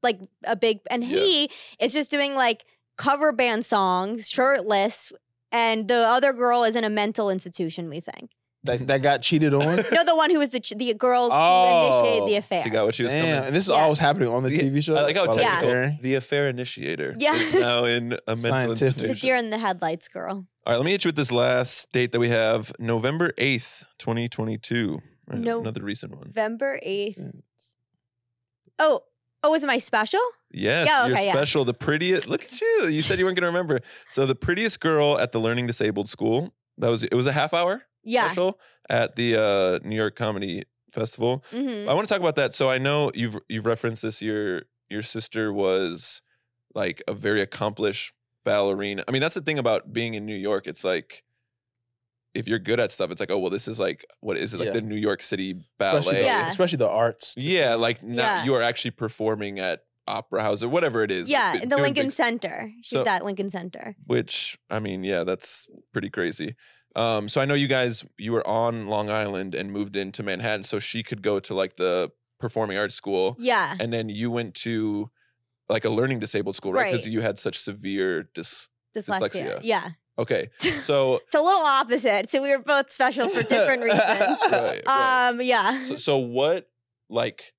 [SPEAKER 1] like a big and
[SPEAKER 2] Yeah.
[SPEAKER 1] he is just doing like cover band songs, shirtless. And the other girl is in a mental institution, we think.
[SPEAKER 5] That, that got cheated on.
[SPEAKER 1] No, the one who was the ch- the girl who
[SPEAKER 5] Oh,
[SPEAKER 1] initiated the affair.
[SPEAKER 2] She got what she was
[SPEAKER 5] Damn,
[SPEAKER 2] coming.
[SPEAKER 5] and this is
[SPEAKER 1] Yeah.
[SPEAKER 5] always happening on the
[SPEAKER 2] Yeah,
[SPEAKER 5] TV show.
[SPEAKER 2] I like how
[SPEAKER 5] While I'm
[SPEAKER 1] Yeah.
[SPEAKER 2] technical.
[SPEAKER 5] preparing?
[SPEAKER 2] The affair initiator
[SPEAKER 1] Yeah.
[SPEAKER 2] is now in a mental
[SPEAKER 5] Scientific.
[SPEAKER 1] the
[SPEAKER 2] institution.
[SPEAKER 1] deer in the headlights girl.
[SPEAKER 2] All right, let me hit you with this last date that we have, November eighth, twenty twenty two.
[SPEAKER 1] No-
[SPEAKER 2] Another recent one.
[SPEAKER 1] November 8th. Oh, oh, was it my special?
[SPEAKER 2] Yes,
[SPEAKER 1] Yeah, okay,
[SPEAKER 2] you're
[SPEAKER 1] yeah.
[SPEAKER 2] special. The prettiest. Look at you. You said you weren't going to remember. So the prettiest girl at the learning disabled school. That was it. Was a half hour
[SPEAKER 1] Yeah.
[SPEAKER 2] special at the uh, New York Comedy Festival.
[SPEAKER 1] hmm
[SPEAKER 2] I want to talk about that. So I know you've you've referenced this. Your your sister was like a very accomplished ballerina. I mean, that's the thing about being in New York. It's like if you're good at stuff, it's like, oh well, this is like what is it like
[SPEAKER 5] Yeah.
[SPEAKER 2] the New York City
[SPEAKER 5] Especially,
[SPEAKER 2] ballet?
[SPEAKER 5] the,
[SPEAKER 1] Yeah.
[SPEAKER 5] especially the arts.
[SPEAKER 2] Yeah, like now
[SPEAKER 1] Yeah.
[SPEAKER 2] you are actually performing at opera house or whatever it is.
[SPEAKER 1] Yeah,
[SPEAKER 2] like,
[SPEAKER 1] in the
[SPEAKER 2] doing
[SPEAKER 1] Lincoln
[SPEAKER 2] big-
[SPEAKER 1] Center. She's
[SPEAKER 2] So-
[SPEAKER 1] at Lincoln Center.
[SPEAKER 2] which I mean, yeah, that's pretty crazy. Um, so I know you guys you were on Long Island and moved into Manhattan, so she could go to like the performing arts school
[SPEAKER 1] Yeah.
[SPEAKER 2] and then you went to like a learning disabled school, right? Because
[SPEAKER 1] Right.
[SPEAKER 2] you had such severe dis.
[SPEAKER 1] Dyslexia.
[SPEAKER 2] Dyslexia.
[SPEAKER 1] Yeah.
[SPEAKER 2] Okay, so
[SPEAKER 1] So a little opposite. So we were both special for different reasons.
[SPEAKER 2] right, uh, right.
[SPEAKER 1] Um, yeah.
[SPEAKER 2] so, so what like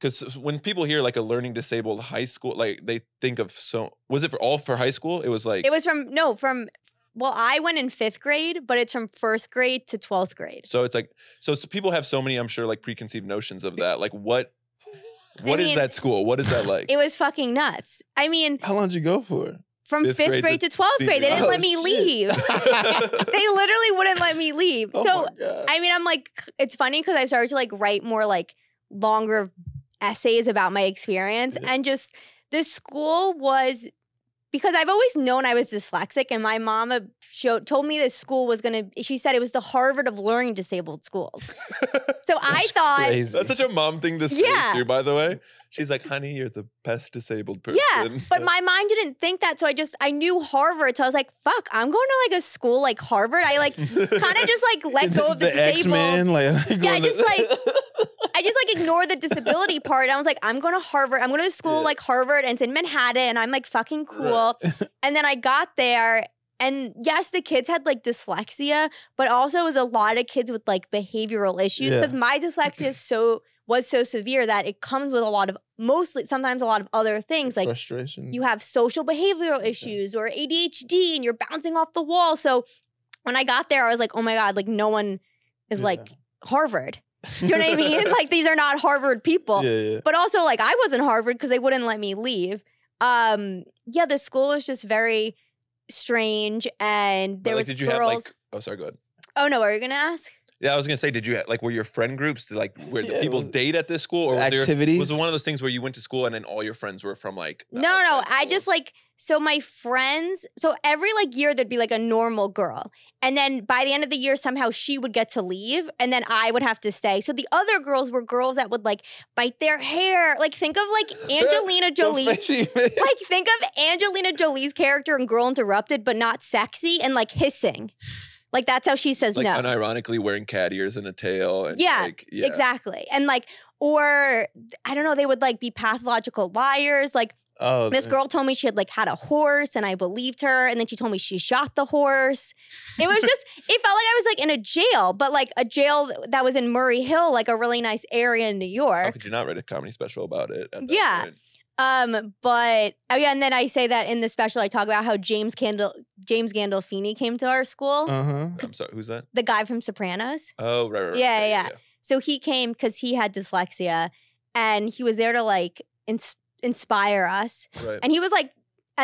[SPEAKER 2] because when people hear like a learning disabled high school, like they think of so was it for all for high school? It was like
[SPEAKER 1] It was from no, from well, I went in fifth grade, but it's from first grade to twelfth grade.
[SPEAKER 2] so it's like so, so people have so many I'm sure like preconceived notions of that. Like what
[SPEAKER 1] I
[SPEAKER 2] what is
[SPEAKER 1] mean,
[SPEAKER 2] that school? What is that like?
[SPEAKER 1] It was fucking nuts. I mean,
[SPEAKER 5] How long did you go for?
[SPEAKER 1] from
[SPEAKER 2] Fifth
[SPEAKER 1] fifth,
[SPEAKER 2] grade
[SPEAKER 1] grade,
[SPEAKER 2] to
[SPEAKER 1] to twelfth grade, they
[SPEAKER 2] senior
[SPEAKER 1] didn't
[SPEAKER 5] year.
[SPEAKER 1] let me
[SPEAKER 5] Oh, shit.
[SPEAKER 1] leave. they literally wouldn't let me leave.
[SPEAKER 5] Oh
[SPEAKER 1] so
[SPEAKER 5] my God.
[SPEAKER 1] I mean, I'm like, it's funny because I started to like write more like longer essays about my experience
[SPEAKER 5] Yeah.
[SPEAKER 1] and just the school was because I've always known I was dyslexic and my mom uh, showed, told me this school was going to, she said it was the Harvard of learning disabled schools. so I
[SPEAKER 5] That's
[SPEAKER 1] thought,
[SPEAKER 5] crazy.
[SPEAKER 2] That's such a mom thing to say
[SPEAKER 1] Yeah.
[SPEAKER 2] too, by the way. She's like, honey, you're the best disabled person.
[SPEAKER 1] yeah, but my mind didn't think that. So I just, I knew Harvard. So I was like, fuck, I'm going to like a school like Harvard. I like kind of just like let go of the,
[SPEAKER 5] X Men.
[SPEAKER 1] disabled.
[SPEAKER 5] Like,
[SPEAKER 1] Yeah, I
[SPEAKER 5] going
[SPEAKER 1] just
[SPEAKER 5] to-
[SPEAKER 1] like I just like ignored the disability part. I was like, I'm going to Harvard. I'm going to school
[SPEAKER 5] Yeah.
[SPEAKER 1] like Harvard and it's in Manhattan and I'm like fucking cool. and then I got there and yes, the kids had like dyslexia, but also it was a lot of kids with like behavioral issues
[SPEAKER 5] Yeah.
[SPEAKER 1] because my dyslexia is so was so severe that it comes with a lot of mostly sometimes a lot of other things like
[SPEAKER 5] frustration.
[SPEAKER 1] you have social behavioral
[SPEAKER 5] Okay.
[SPEAKER 1] issues or ADHD and you're bouncing off the wall. So when I got there, I was like, oh my God, like no one is
[SPEAKER 5] Yeah.
[SPEAKER 1] like Harvard. Do you know what I mean? Like these are not Harvard people.
[SPEAKER 5] yeah, yeah.
[SPEAKER 1] But also like I wasn't Harvard because they wouldn't let me leave. Um, yeah, the school was just very strange and
[SPEAKER 2] But,
[SPEAKER 1] there
[SPEAKER 2] like,
[SPEAKER 1] was
[SPEAKER 2] did you
[SPEAKER 1] girls.
[SPEAKER 2] have like? Oh, sorry. Go ahead.
[SPEAKER 1] oh no, are you gonna ask?
[SPEAKER 2] Yeah, I was gonna say, did you like were your friend groups like where the
[SPEAKER 5] Yeah,
[SPEAKER 2] people
[SPEAKER 5] was-
[SPEAKER 2] date at this school, or was, there,
[SPEAKER 5] activities.
[SPEAKER 2] was it one of those things where you went to school and then all your friends were from like? the
[SPEAKER 1] No, no,
[SPEAKER 2] outside
[SPEAKER 1] I
[SPEAKER 2] school?
[SPEAKER 1] just like so my friends. So every like year there'd be like a normal girl, and then by the end of the year somehow she would get to leave, and then I would have to stay. So the other girls were girls that would like bite their hair. Like think of like Angelina
[SPEAKER 5] The
[SPEAKER 1] Jolie.
[SPEAKER 5] face she made.
[SPEAKER 1] Like think of Angelina Jolie's character in Girl Interrupted, but not sexy and like hissing. Like that's how she says
[SPEAKER 2] like
[SPEAKER 1] no.
[SPEAKER 2] unironically wearing cat ears and a tail. And
[SPEAKER 1] Yeah,
[SPEAKER 2] like, yeah.
[SPEAKER 1] Exactly. And like, or I don't know, they would like be pathological liars. Like
[SPEAKER 5] oh,
[SPEAKER 1] this girl told me she had like had a horse and I believed her. And then she told me she shot the horse. It was just, it felt like I was like in a jail, but like a jail that was in Murray Hill, like a really nice area in New
[SPEAKER 2] How
[SPEAKER 1] York.
[SPEAKER 2] could you not write a comedy special about it? at that
[SPEAKER 1] Yeah.
[SPEAKER 2] point?
[SPEAKER 1] Um, but oh yeah, and then I say that in the special I talk about how James Candle James Gandolfini came to our school,
[SPEAKER 5] Uh huh.
[SPEAKER 2] I'm sorry. Who's that?
[SPEAKER 1] the guy from Sopranos.
[SPEAKER 2] Oh, right, right. right,
[SPEAKER 1] Yeah,
[SPEAKER 2] okay,
[SPEAKER 1] yeah, So he came because he had dyslexia and he was there to like ins- inspire us.
[SPEAKER 2] yeah. Right.
[SPEAKER 1] And he was like,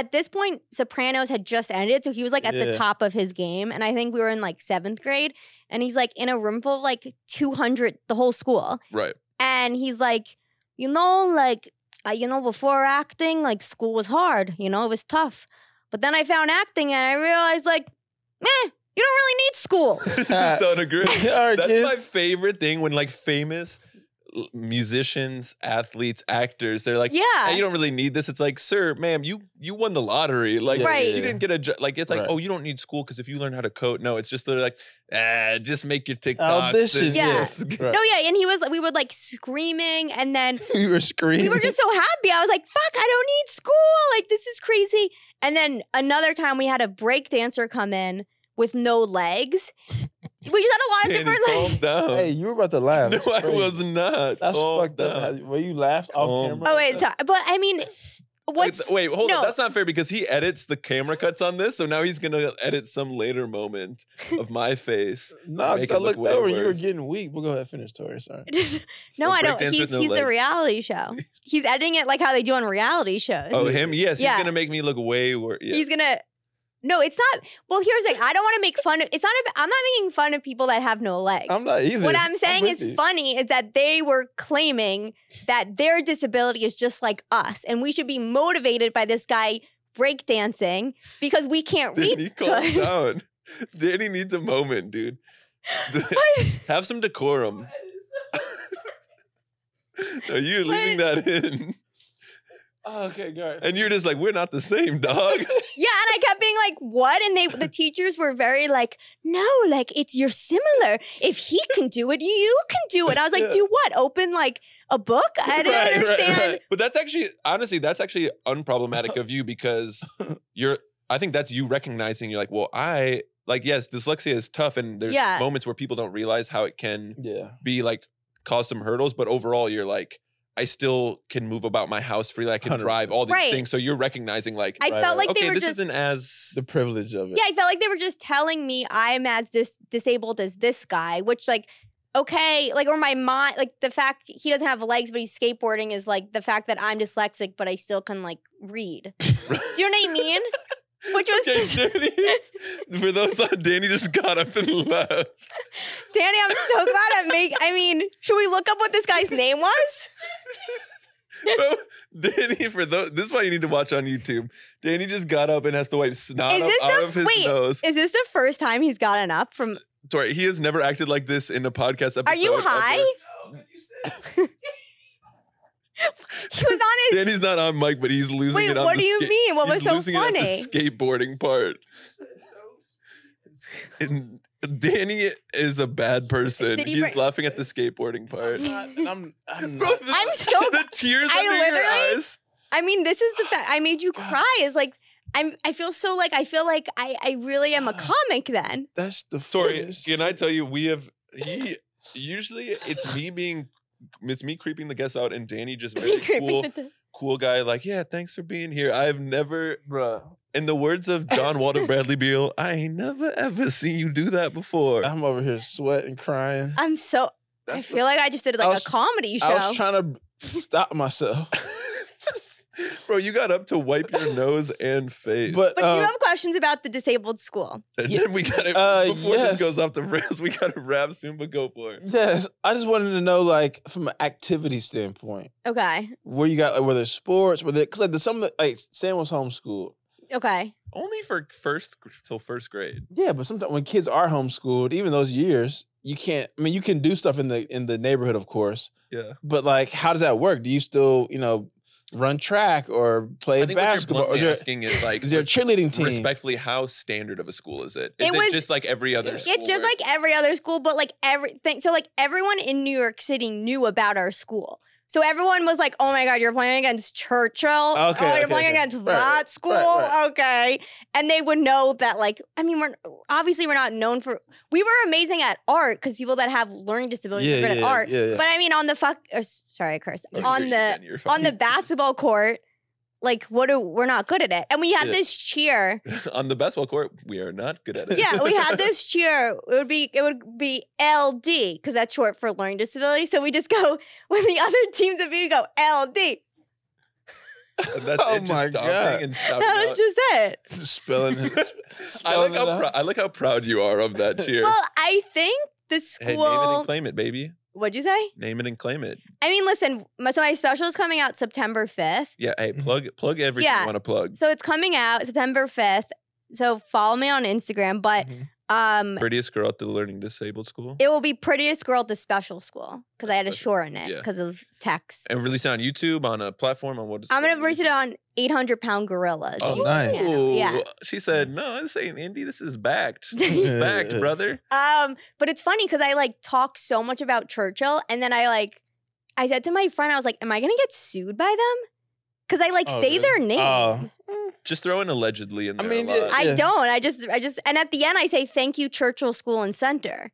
[SPEAKER 1] at this point, Sopranos had just ended. So he was like at the
[SPEAKER 5] Yeah.
[SPEAKER 1] top of his game. And I think we were in like seventh grade. And he's like in a room full of like 200, the whole school.
[SPEAKER 2] Right.
[SPEAKER 1] And he's like, you know, like, uh, you know, before acting, like school was hard, you know, it was tough. But then I found acting and I realized, like, meh, you don't really need school.
[SPEAKER 2] Just don't agree.
[SPEAKER 5] All right,
[SPEAKER 2] That's my
[SPEAKER 5] kids.
[SPEAKER 2] favorite thing when like famous l- musicians, athletes, actors, they're like,
[SPEAKER 1] yeah.
[SPEAKER 2] "Hey, you don't really need this. It's like, sir, ma'am, you you won the lottery. Like,
[SPEAKER 1] Yeah, Right.
[SPEAKER 2] you didn't get a job. Like, it's like,
[SPEAKER 3] Right.
[SPEAKER 2] oh, you don't need school because if you learn how to code, no, it's just they're like, ah, just make your TikToks.
[SPEAKER 5] Audition.
[SPEAKER 2] and
[SPEAKER 1] Yeah.
[SPEAKER 2] just-
[SPEAKER 1] no, yeah. And he was, we were like screaming and then
[SPEAKER 5] You were screaming.
[SPEAKER 1] we were just so happy. I was like, fuck, I don't need school. Like, this is crazy. And then another time we had a break dancer come in with no legs. We just had a lot of
[SPEAKER 2] Danny,
[SPEAKER 1] different
[SPEAKER 2] calm
[SPEAKER 1] like
[SPEAKER 2] down.
[SPEAKER 5] Hey, you were about to laugh.
[SPEAKER 2] Uh-huh. no,
[SPEAKER 5] That's
[SPEAKER 2] I
[SPEAKER 5] crazy.
[SPEAKER 2] was not.
[SPEAKER 5] That's
[SPEAKER 2] Calm
[SPEAKER 5] fucked
[SPEAKER 2] down.
[SPEAKER 5] up. Were you laughed
[SPEAKER 2] Oh
[SPEAKER 5] off camera?
[SPEAKER 2] my
[SPEAKER 1] Oh wait,
[SPEAKER 5] sorry.
[SPEAKER 1] sorry. But I mean what's
[SPEAKER 2] It's- wait, hold
[SPEAKER 1] no.
[SPEAKER 2] on. That's not fair because he edits the camera cuts on this, so now he's gonna edit some later moment of my face.
[SPEAKER 5] No,
[SPEAKER 2] Make
[SPEAKER 5] because
[SPEAKER 2] it
[SPEAKER 5] I
[SPEAKER 2] look
[SPEAKER 5] looked
[SPEAKER 2] way
[SPEAKER 5] over. You were
[SPEAKER 2] worse.
[SPEAKER 5] getting weak. But go ahead, finish, Tori. Sorry.
[SPEAKER 1] No,
[SPEAKER 2] So
[SPEAKER 1] I don't.
[SPEAKER 2] breakdance
[SPEAKER 1] He's
[SPEAKER 2] with no
[SPEAKER 1] he's the
[SPEAKER 2] legs.
[SPEAKER 1] reality show. He's editing it like how they do on reality shows.
[SPEAKER 2] Oh, him? Yes,
[SPEAKER 1] Yeah.
[SPEAKER 2] he's gonna make me look way worse. Yeah.
[SPEAKER 1] He's gonna no, it's not. Well, here's the thing. I don't want to make fun of. It's not. If, I'm not making fun of people that have no legs.
[SPEAKER 5] I'm not either.
[SPEAKER 1] What I'm saying
[SPEAKER 5] with
[SPEAKER 1] is
[SPEAKER 5] you.
[SPEAKER 1] funny is that they were claiming that their disability is just like us, and we should be motivated by this guy breakdancing because we can't read.
[SPEAKER 2] Danny, calm
[SPEAKER 1] good.
[SPEAKER 2] down. Danny needs a moment, dude. Have some decorum. no, you're leaving that in.
[SPEAKER 5] Oh, okay, go ahead.
[SPEAKER 2] And you're just like, we're not the same, dog.
[SPEAKER 1] Yeah, and I kept being like, "What?" And they, the teachers were very like, "No, like it's you're similar. If he can do it, you can do it." I was like,
[SPEAKER 5] Yeah.
[SPEAKER 1] "Do what? Open like a book?" I didn't
[SPEAKER 5] Right, right,
[SPEAKER 1] understand.
[SPEAKER 5] right.
[SPEAKER 2] But that's actually, honestly, that's actually unproblematic of you because you're, I think that's you recognizing you're like, well, I, like, yes, dyslexia is tough and there's
[SPEAKER 1] Yeah.
[SPEAKER 2] moments where people don't realize how it can
[SPEAKER 5] Yeah.
[SPEAKER 2] be like, cause some hurdles. But overall, you're like, I still can move about my house freely. I can
[SPEAKER 5] 100%.
[SPEAKER 2] drive all these
[SPEAKER 1] Right.
[SPEAKER 2] things. So you're recognizing like,
[SPEAKER 1] I
[SPEAKER 5] Right,
[SPEAKER 1] felt
[SPEAKER 5] right.
[SPEAKER 1] like they
[SPEAKER 2] okay,
[SPEAKER 1] were
[SPEAKER 2] this
[SPEAKER 1] just
[SPEAKER 2] isn't as
[SPEAKER 5] The privilege of it.
[SPEAKER 1] Yeah, I felt like they were just telling me I'm as dis- disabled as this guy, which like okay, like or my mind, like the fact he doesn't have legs but he's skateboarding is like the fact that I'm dyslexic but I still can like read. Do you know what I mean? Which was
[SPEAKER 2] Okay, Danny, for those on Danny just got up and left.
[SPEAKER 1] Danny. I'm so glad I make. I mean, should we look up what this guy's name was?
[SPEAKER 2] Well, Oh, Danny, for those, this is why you need to watch on YouTube. Danny just got up and has to wipe snot
[SPEAKER 1] Is
[SPEAKER 2] up
[SPEAKER 1] this
[SPEAKER 2] out
[SPEAKER 1] the-
[SPEAKER 2] of his
[SPEAKER 1] wait.
[SPEAKER 2] nose.
[SPEAKER 1] Is this the first time he's gotten up from?
[SPEAKER 2] Sorry, he has never acted like this in a podcast episode.
[SPEAKER 1] Are you
[SPEAKER 2] ever.
[SPEAKER 1] high? he was on his.
[SPEAKER 2] Danny's not on mic, but he's losing
[SPEAKER 1] Wait,
[SPEAKER 2] it. On
[SPEAKER 1] what
[SPEAKER 2] the
[SPEAKER 1] do you
[SPEAKER 2] ska-
[SPEAKER 1] mean? What was
[SPEAKER 2] he's
[SPEAKER 1] so
[SPEAKER 2] losing it on the
[SPEAKER 1] funny?
[SPEAKER 2] skateboarding part. And Danny is a bad person.
[SPEAKER 1] Did he
[SPEAKER 2] He's
[SPEAKER 1] bring-
[SPEAKER 2] laughing at the skateboarding part.
[SPEAKER 5] I'm, I'm, I'm
[SPEAKER 2] Bro,
[SPEAKER 5] not.
[SPEAKER 2] the-
[SPEAKER 1] I'm so-
[SPEAKER 2] the tears
[SPEAKER 1] I
[SPEAKER 2] under your
[SPEAKER 1] literally-
[SPEAKER 2] eyes.
[SPEAKER 1] I mean, this is the fact. I made you cry. Is like. I'm, I feel so like I feel like I, I really am a comic then.
[SPEAKER 5] That's the
[SPEAKER 2] Sorry,
[SPEAKER 5] funniest
[SPEAKER 2] can
[SPEAKER 5] shit.
[SPEAKER 2] I tell you we have he usually it's me being it's me creeping the guests out and Danny just very cool cool guy like yeah thanks for being here I've never
[SPEAKER 5] Bruh,
[SPEAKER 2] in the words of John Walter Bradley Beal I ain't never ever seen you do that before.
[SPEAKER 5] I'm over here sweating, crying.
[SPEAKER 1] I'm so I
[SPEAKER 2] That's the-
[SPEAKER 1] feel like I just did like
[SPEAKER 5] was-
[SPEAKER 1] a comedy show.
[SPEAKER 5] I was trying to stop myself.
[SPEAKER 2] Bro, you got up to wipe your nose and face.
[SPEAKER 5] But,
[SPEAKER 1] But
[SPEAKER 5] um,
[SPEAKER 1] you
[SPEAKER 3] uh,
[SPEAKER 1] have questions about the disabled school.
[SPEAKER 2] and
[SPEAKER 5] yeah,
[SPEAKER 2] then we got to,
[SPEAKER 5] uh,
[SPEAKER 2] before
[SPEAKER 5] yes.
[SPEAKER 2] this goes off the rails, we got to wrap soon, but go for it.
[SPEAKER 5] yes, I just wanted to know, like, from an activity standpoint,
[SPEAKER 1] Okay.
[SPEAKER 5] where you got, like, whether it's sports, whether because like the some of the like Sam was homeschooled.
[SPEAKER 1] Okay.
[SPEAKER 2] Only for first till first grade.
[SPEAKER 5] Yeah, but sometimes when kids are homeschooled, even those years, you can't. I mean, you can do stuff in the in the neighborhood, of course,
[SPEAKER 2] Yeah.
[SPEAKER 5] but like, how does that work? Do you still, you know, run track or play
[SPEAKER 2] I think
[SPEAKER 5] basketball? Or
[SPEAKER 2] what you're
[SPEAKER 5] Is
[SPEAKER 2] bluntly
[SPEAKER 5] there,
[SPEAKER 2] asking is like
[SPEAKER 5] is there a cheerleading team?
[SPEAKER 2] respectfully how standard of a school is it? Is
[SPEAKER 1] It
[SPEAKER 2] it,
[SPEAKER 1] was-
[SPEAKER 2] just like every other
[SPEAKER 5] Yeah.
[SPEAKER 2] school?
[SPEAKER 1] It's just
[SPEAKER 2] where
[SPEAKER 1] like every other school, but like everything. So, like, everyone in New York City knew about our school. So everyone was like, oh my God, you're playing against Churchill. oh,
[SPEAKER 5] Okay,
[SPEAKER 1] you're
[SPEAKER 5] okay,
[SPEAKER 1] playing
[SPEAKER 5] okay.
[SPEAKER 1] against
[SPEAKER 5] Right,
[SPEAKER 1] that
[SPEAKER 5] right,
[SPEAKER 1] school.
[SPEAKER 5] right.
[SPEAKER 1] Okay. And they would know that, like, I mean, we're obviously we're not known for, we were amazing at art because people that have learning disabilities
[SPEAKER 5] yeah,
[SPEAKER 1] are good
[SPEAKER 5] yeah,
[SPEAKER 1] at art.
[SPEAKER 5] yeah, yeah.
[SPEAKER 1] But I mean, on the fuck, or, s- sorry, I cursed.
[SPEAKER 2] Oh, you're-
[SPEAKER 1] on
[SPEAKER 2] you're
[SPEAKER 1] the
[SPEAKER 2] good, you're
[SPEAKER 1] on the
[SPEAKER 2] fine.
[SPEAKER 1] basketball court, like what do we're not good at it, and we had
[SPEAKER 5] Yeah.
[SPEAKER 1] this cheer.
[SPEAKER 2] on the basketball court, we are not good at it.
[SPEAKER 1] Yeah, we had this cheer. It would be it would be LD because that's short for learning disability. So we just go when the other teams would be we go LD.
[SPEAKER 2] And that's
[SPEAKER 5] Oh
[SPEAKER 2] it, just
[SPEAKER 5] my
[SPEAKER 2] stomping
[SPEAKER 5] God.
[SPEAKER 2] and shouting
[SPEAKER 1] That
[SPEAKER 2] out.
[SPEAKER 1] was just it.
[SPEAKER 5] Spelling. it-
[SPEAKER 2] I
[SPEAKER 5] spelling
[SPEAKER 2] like
[SPEAKER 5] it
[SPEAKER 2] how
[SPEAKER 5] out.
[SPEAKER 2] prou- I like how proud you are of that cheer.
[SPEAKER 1] Well, I think the
[SPEAKER 2] hey, name it and
[SPEAKER 1] school.
[SPEAKER 2] claim it, baby.
[SPEAKER 1] what'd you say?
[SPEAKER 2] Name it and claim it.
[SPEAKER 1] I mean, listen. my- So my special is coming out September fifth.
[SPEAKER 2] Yeah, hey,
[SPEAKER 5] Mhm.
[SPEAKER 2] plug plug everything
[SPEAKER 1] Yeah.
[SPEAKER 2] you want to plug.
[SPEAKER 1] So it's coming out September fifth. So follow me on Instagram, but
[SPEAKER 2] Mm-hmm.
[SPEAKER 5] Mhm.
[SPEAKER 1] um,
[SPEAKER 2] Prettiest girl at the learning disabled school.
[SPEAKER 1] It will be prettiest girl at the special school because I had to
[SPEAKER 2] Special,
[SPEAKER 1] shorten it
[SPEAKER 2] yeah.
[SPEAKER 1] because of text.
[SPEAKER 2] and release it on YouTube on a platform on what is
[SPEAKER 1] I'm gonna release it on 800 pound gorillas.
[SPEAKER 5] Oh,
[SPEAKER 1] You
[SPEAKER 5] nice.
[SPEAKER 1] can,
[SPEAKER 2] Ooh.
[SPEAKER 1] Yeah.
[SPEAKER 2] She said, No, this ain't indie, this is backed. backed, brother.
[SPEAKER 1] Um, but it's funny because I like talk so much about Churchill, and then I like, I said to my friend, I was like, "Am I gonna get sued by them?" Because I like
[SPEAKER 5] Oh,
[SPEAKER 1] say
[SPEAKER 5] really?
[SPEAKER 1] their name.
[SPEAKER 5] Oh.
[SPEAKER 2] Just throw in allegedly in
[SPEAKER 5] I
[SPEAKER 2] there.
[SPEAKER 5] mean,
[SPEAKER 2] a lot.
[SPEAKER 1] I
[SPEAKER 5] yeah.
[SPEAKER 1] don't. I just, I just, and at the end, I say thank you, Churchill School and Center.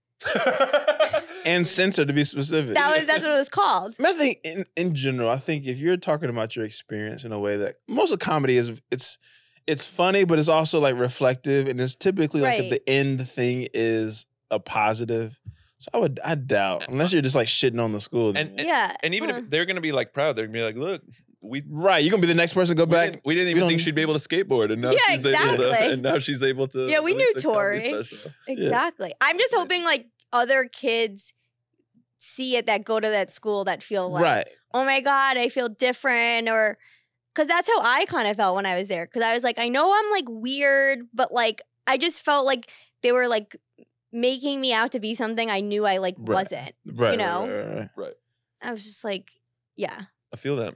[SPEAKER 5] and censor to be specific.
[SPEAKER 1] That was that's what it was called.
[SPEAKER 5] I mean, I think in, in general, I think if you're talking about your experience in a way that most of comedy is it's it's funny, but it's also like reflective and it's typically like
[SPEAKER 1] Right.
[SPEAKER 5] at the end the thing is a positive. So I would I doubt unless you're just like shitting on the school.
[SPEAKER 2] And- and-
[SPEAKER 1] yeah. Uh-huh.
[SPEAKER 2] And even
[SPEAKER 1] Huh.
[SPEAKER 2] if they're gonna be like proud, they're gonna be like, look, we
[SPEAKER 5] right, you're gonna be the next person to go
[SPEAKER 2] we
[SPEAKER 5] back.
[SPEAKER 2] didn't, we didn't even think
[SPEAKER 5] don't-
[SPEAKER 2] she'd be able to skateboard, and now
[SPEAKER 1] Yeah,
[SPEAKER 2] she's able to.
[SPEAKER 1] exactly.
[SPEAKER 2] And now she's able to.
[SPEAKER 1] Yeah, we
[SPEAKER 2] release
[SPEAKER 1] knew
[SPEAKER 2] a comedy
[SPEAKER 1] Tori.
[SPEAKER 2] special.
[SPEAKER 1] Exactly. I'm just
[SPEAKER 2] Yeah.
[SPEAKER 1] hoping like other kids see it that go to that school that feel like,
[SPEAKER 5] Right.
[SPEAKER 1] oh my God, I feel different or because that's how I kind of felt when I was there. Because I was like, I know I'm like weird, but like I just felt like they were like making me out to be something I knew I like
[SPEAKER 5] Right.
[SPEAKER 1] wasn't.
[SPEAKER 5] Right. right,
[SPEAKER 1] know.
[SPEAKER 5] right, right, right.
[SPEAKER 1] I was just like, yeah.
[SPEAKER 2] I feel that.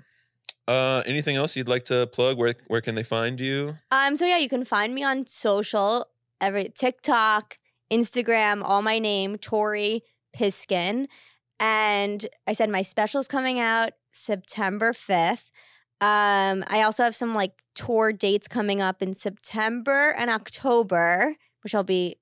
[SPEAKER 2] Uh, anything else you'd like to plug? Where where can they find you?
[SPEAKER 1] Um. So yeah, you can find me on social, every TikTok, Instagram, all my name, Tori Piskin, and I said my special's coming out September fifth. Um, I also have some like tour dates coming up in September and October, which I'll be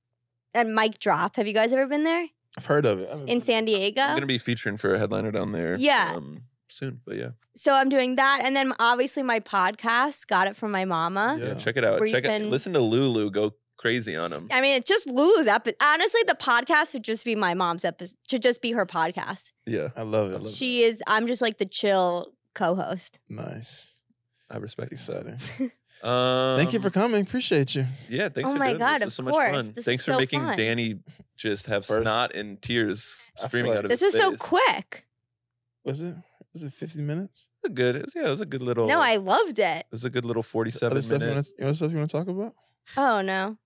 [SPEAKER 1] at Mic Drop. Have you guys ever been there
[SPEAKER 5] I've heard of it. I haven't
[SPEAKER 1] in
[SPEAKER 5] been-
[SPEAKER 1] San Diego?
[SPEAKER 2] Mm, I'm gonna be featuring for a headliner down there.
[SPEAKER 1] Yeah.
[SPEAKER 2] Um, soon, but yeah,
[SPEAKER 1] so I'm doing that, and then obviously my podcast. Got it from my mama.
[SPEAKER 2] yeah.
[SPEAKER 5] Yeah.
[SPEAKER 2] Check it out.
[SPEAKER 1] Where you
[SPEAKER 2] check it.
[SPEAKER 1] can-
[SPEAKER 2] Listen to Lulu go crazy on him.
[SPEAKER 1] I mean, it's just Lulu's episode. Honestly, the podcast should just be my mom's episode. Should just be her podcast.
[SPEAKER 2] Yeah,
[SPEAKER 5] I love it. I
[SPEAKER 2] I
[SPEAKER 5] love
[SPEAKER 1] She is. I'm just like the chill co-host.
[SPEAKER 5] it. Nice.
[SPEAKER 2] I respect.
[SPEAKER 5] That's
[SPEAKER 2] that.
[SPEAKER 5] exciting.
[SPEAKER 2] Um,
[SPEAKER 5] Thank you for coming. Appreciate you.
[SPEAKER 2] Yeah, thanks
[SPEAKER 1] Oh
[SPEAKER 2] for
[SPEAKER 1] my
[SPEAKER 2] doing
[SPEAKER 1] God,
[SPEAKER 2] this. This
[SPEAKER 1] of
[SPEAKER 2] was so much
[SPEAKER 1] course.
[SPEAKER 2] fun.
[SPEAKER 1] This was
[SPEAKER 2] thanks for
[SPEAKER 1] so
[SPEAKER 2] making
[SPEAKER 1] fun.
[SPEAKER 2] Danny just have
[SPEAKER 5] First-
[SPEAKER 2] snot and tears
[SPEAKER 5] I feel
[SPEAKER 2] streaming
[SPEAKER 5] like-
[SPEAKER 2] out of
[SPEAKER 1] This
[SPEAKER 2] his
[SPEAKER 1] was so
[SPEAKER 2] face.
[SPEAKER 1] quick.
[SPEAKER 5] Was it? Was it 50 minutes?
[SPEAKER 2] It was a good. It was, yeah, it was a good little.
[SPEAKER 1] No, I loved it.
[SPEAKER 2] It was a good little
[SPEAKER 5] Other
[SPEAKER 2] 47
[SPEAKER 5] stuff you
[SPEAKER 2] minutes.
[SPEAKER 5] wanna- You know stuff you want to talk about?
[SPEAKER 1] Oh no.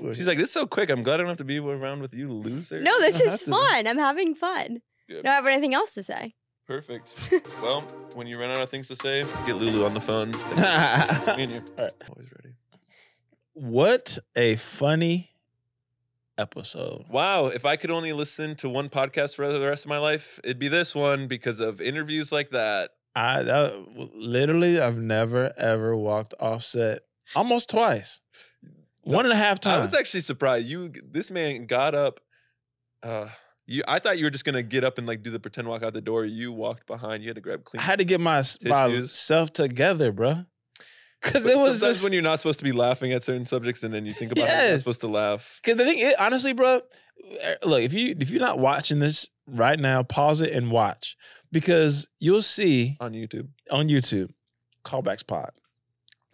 [SPEAKER 5] Look.
[SPEAKER 2] She's like, this is so quick. I'm glad I don't have to be around with you, loser.
[SPEAKER 1] No, this
[SPEAKER 5] don't
[SPEAKER 1] is
[SPEAKER 5] have to.
[SPEAKER 1] fun. I'm having fun.
[SPEAKER 2] Good.
[SPEAKER 1] Don't have anything else to say.
[SPEAKER 2] Perfect. well, when you run out of things to say, get Lulu on the phone. Me and you.
[SPEAKER 5] All right.
[SPEAKER 2] Always ready.
[SPEAKER 3] What a funny episode.
[SPEAKER 2] Wow, if I could only listen to one podcast for the rest of my life, it'd be this one because of interviews like that.
[SPEAKER 3] I that, literally I've never ever walked offset almost twice. One and a half
[SPEAKER 2] I
[SPEAKER 3] times.
[SPEAKER 2] was actually surprised. You, this man got up. Uh, you, I thought you were just gonna get up and like do the pretend walk out the door. You walked behind. You had to grab
[SPEAKER 3] I
[SPEAKER 2] clean.
[SPEAKER 3] had to get my myself together, bruh. Cause it was
[SPEAKER 2] sometimes
[SPEAKER 3] just
[SPEAKER 2] when you're not supposed to be laughing at certain subjects, and then you think about how you're not
[SPEAKER 3] Yes.
[SPEAKER 2] supposed to laugh.
[SPEAKER 3] Cause the thing, is, honestly, bro, eh, look if you if you're not watching this right now, pause it and watch because you'll see
[SPEAKER 2] on YouTube.
[SPEAKER 3] on YouTube callbacks pod.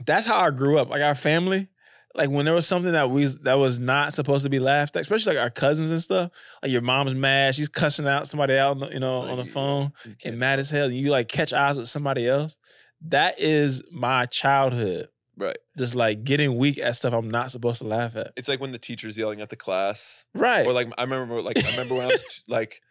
[SPEAKER 3] That's how I grew up. Like our family, like when there was something that we that was not supposed to be laughed at, especially like our cousins and stuff. Like your mom's mad, she's cussing out somebody out, on the- you know, on the
[SPEAKER 2] Like,
[SPEAKER 3] phone,
[SPEAKER 2] You
[SPEAKER 3] and
[SPEAKER 2] can't-
[SPEAKER 3] mad as hell. And you like catch eyes with somebody else. That is my childhood.
[SPEAKER 2] Right.
[SPEAKER 3] Just like getting weak at stuff I'm not supposed to laugh at.
[SPEAKER 2] It's like when the teacher's yelling at the class,
[SPEAKER 3] Right.
[SPEAKER 2] or like I remember, like I remember when I was t- like,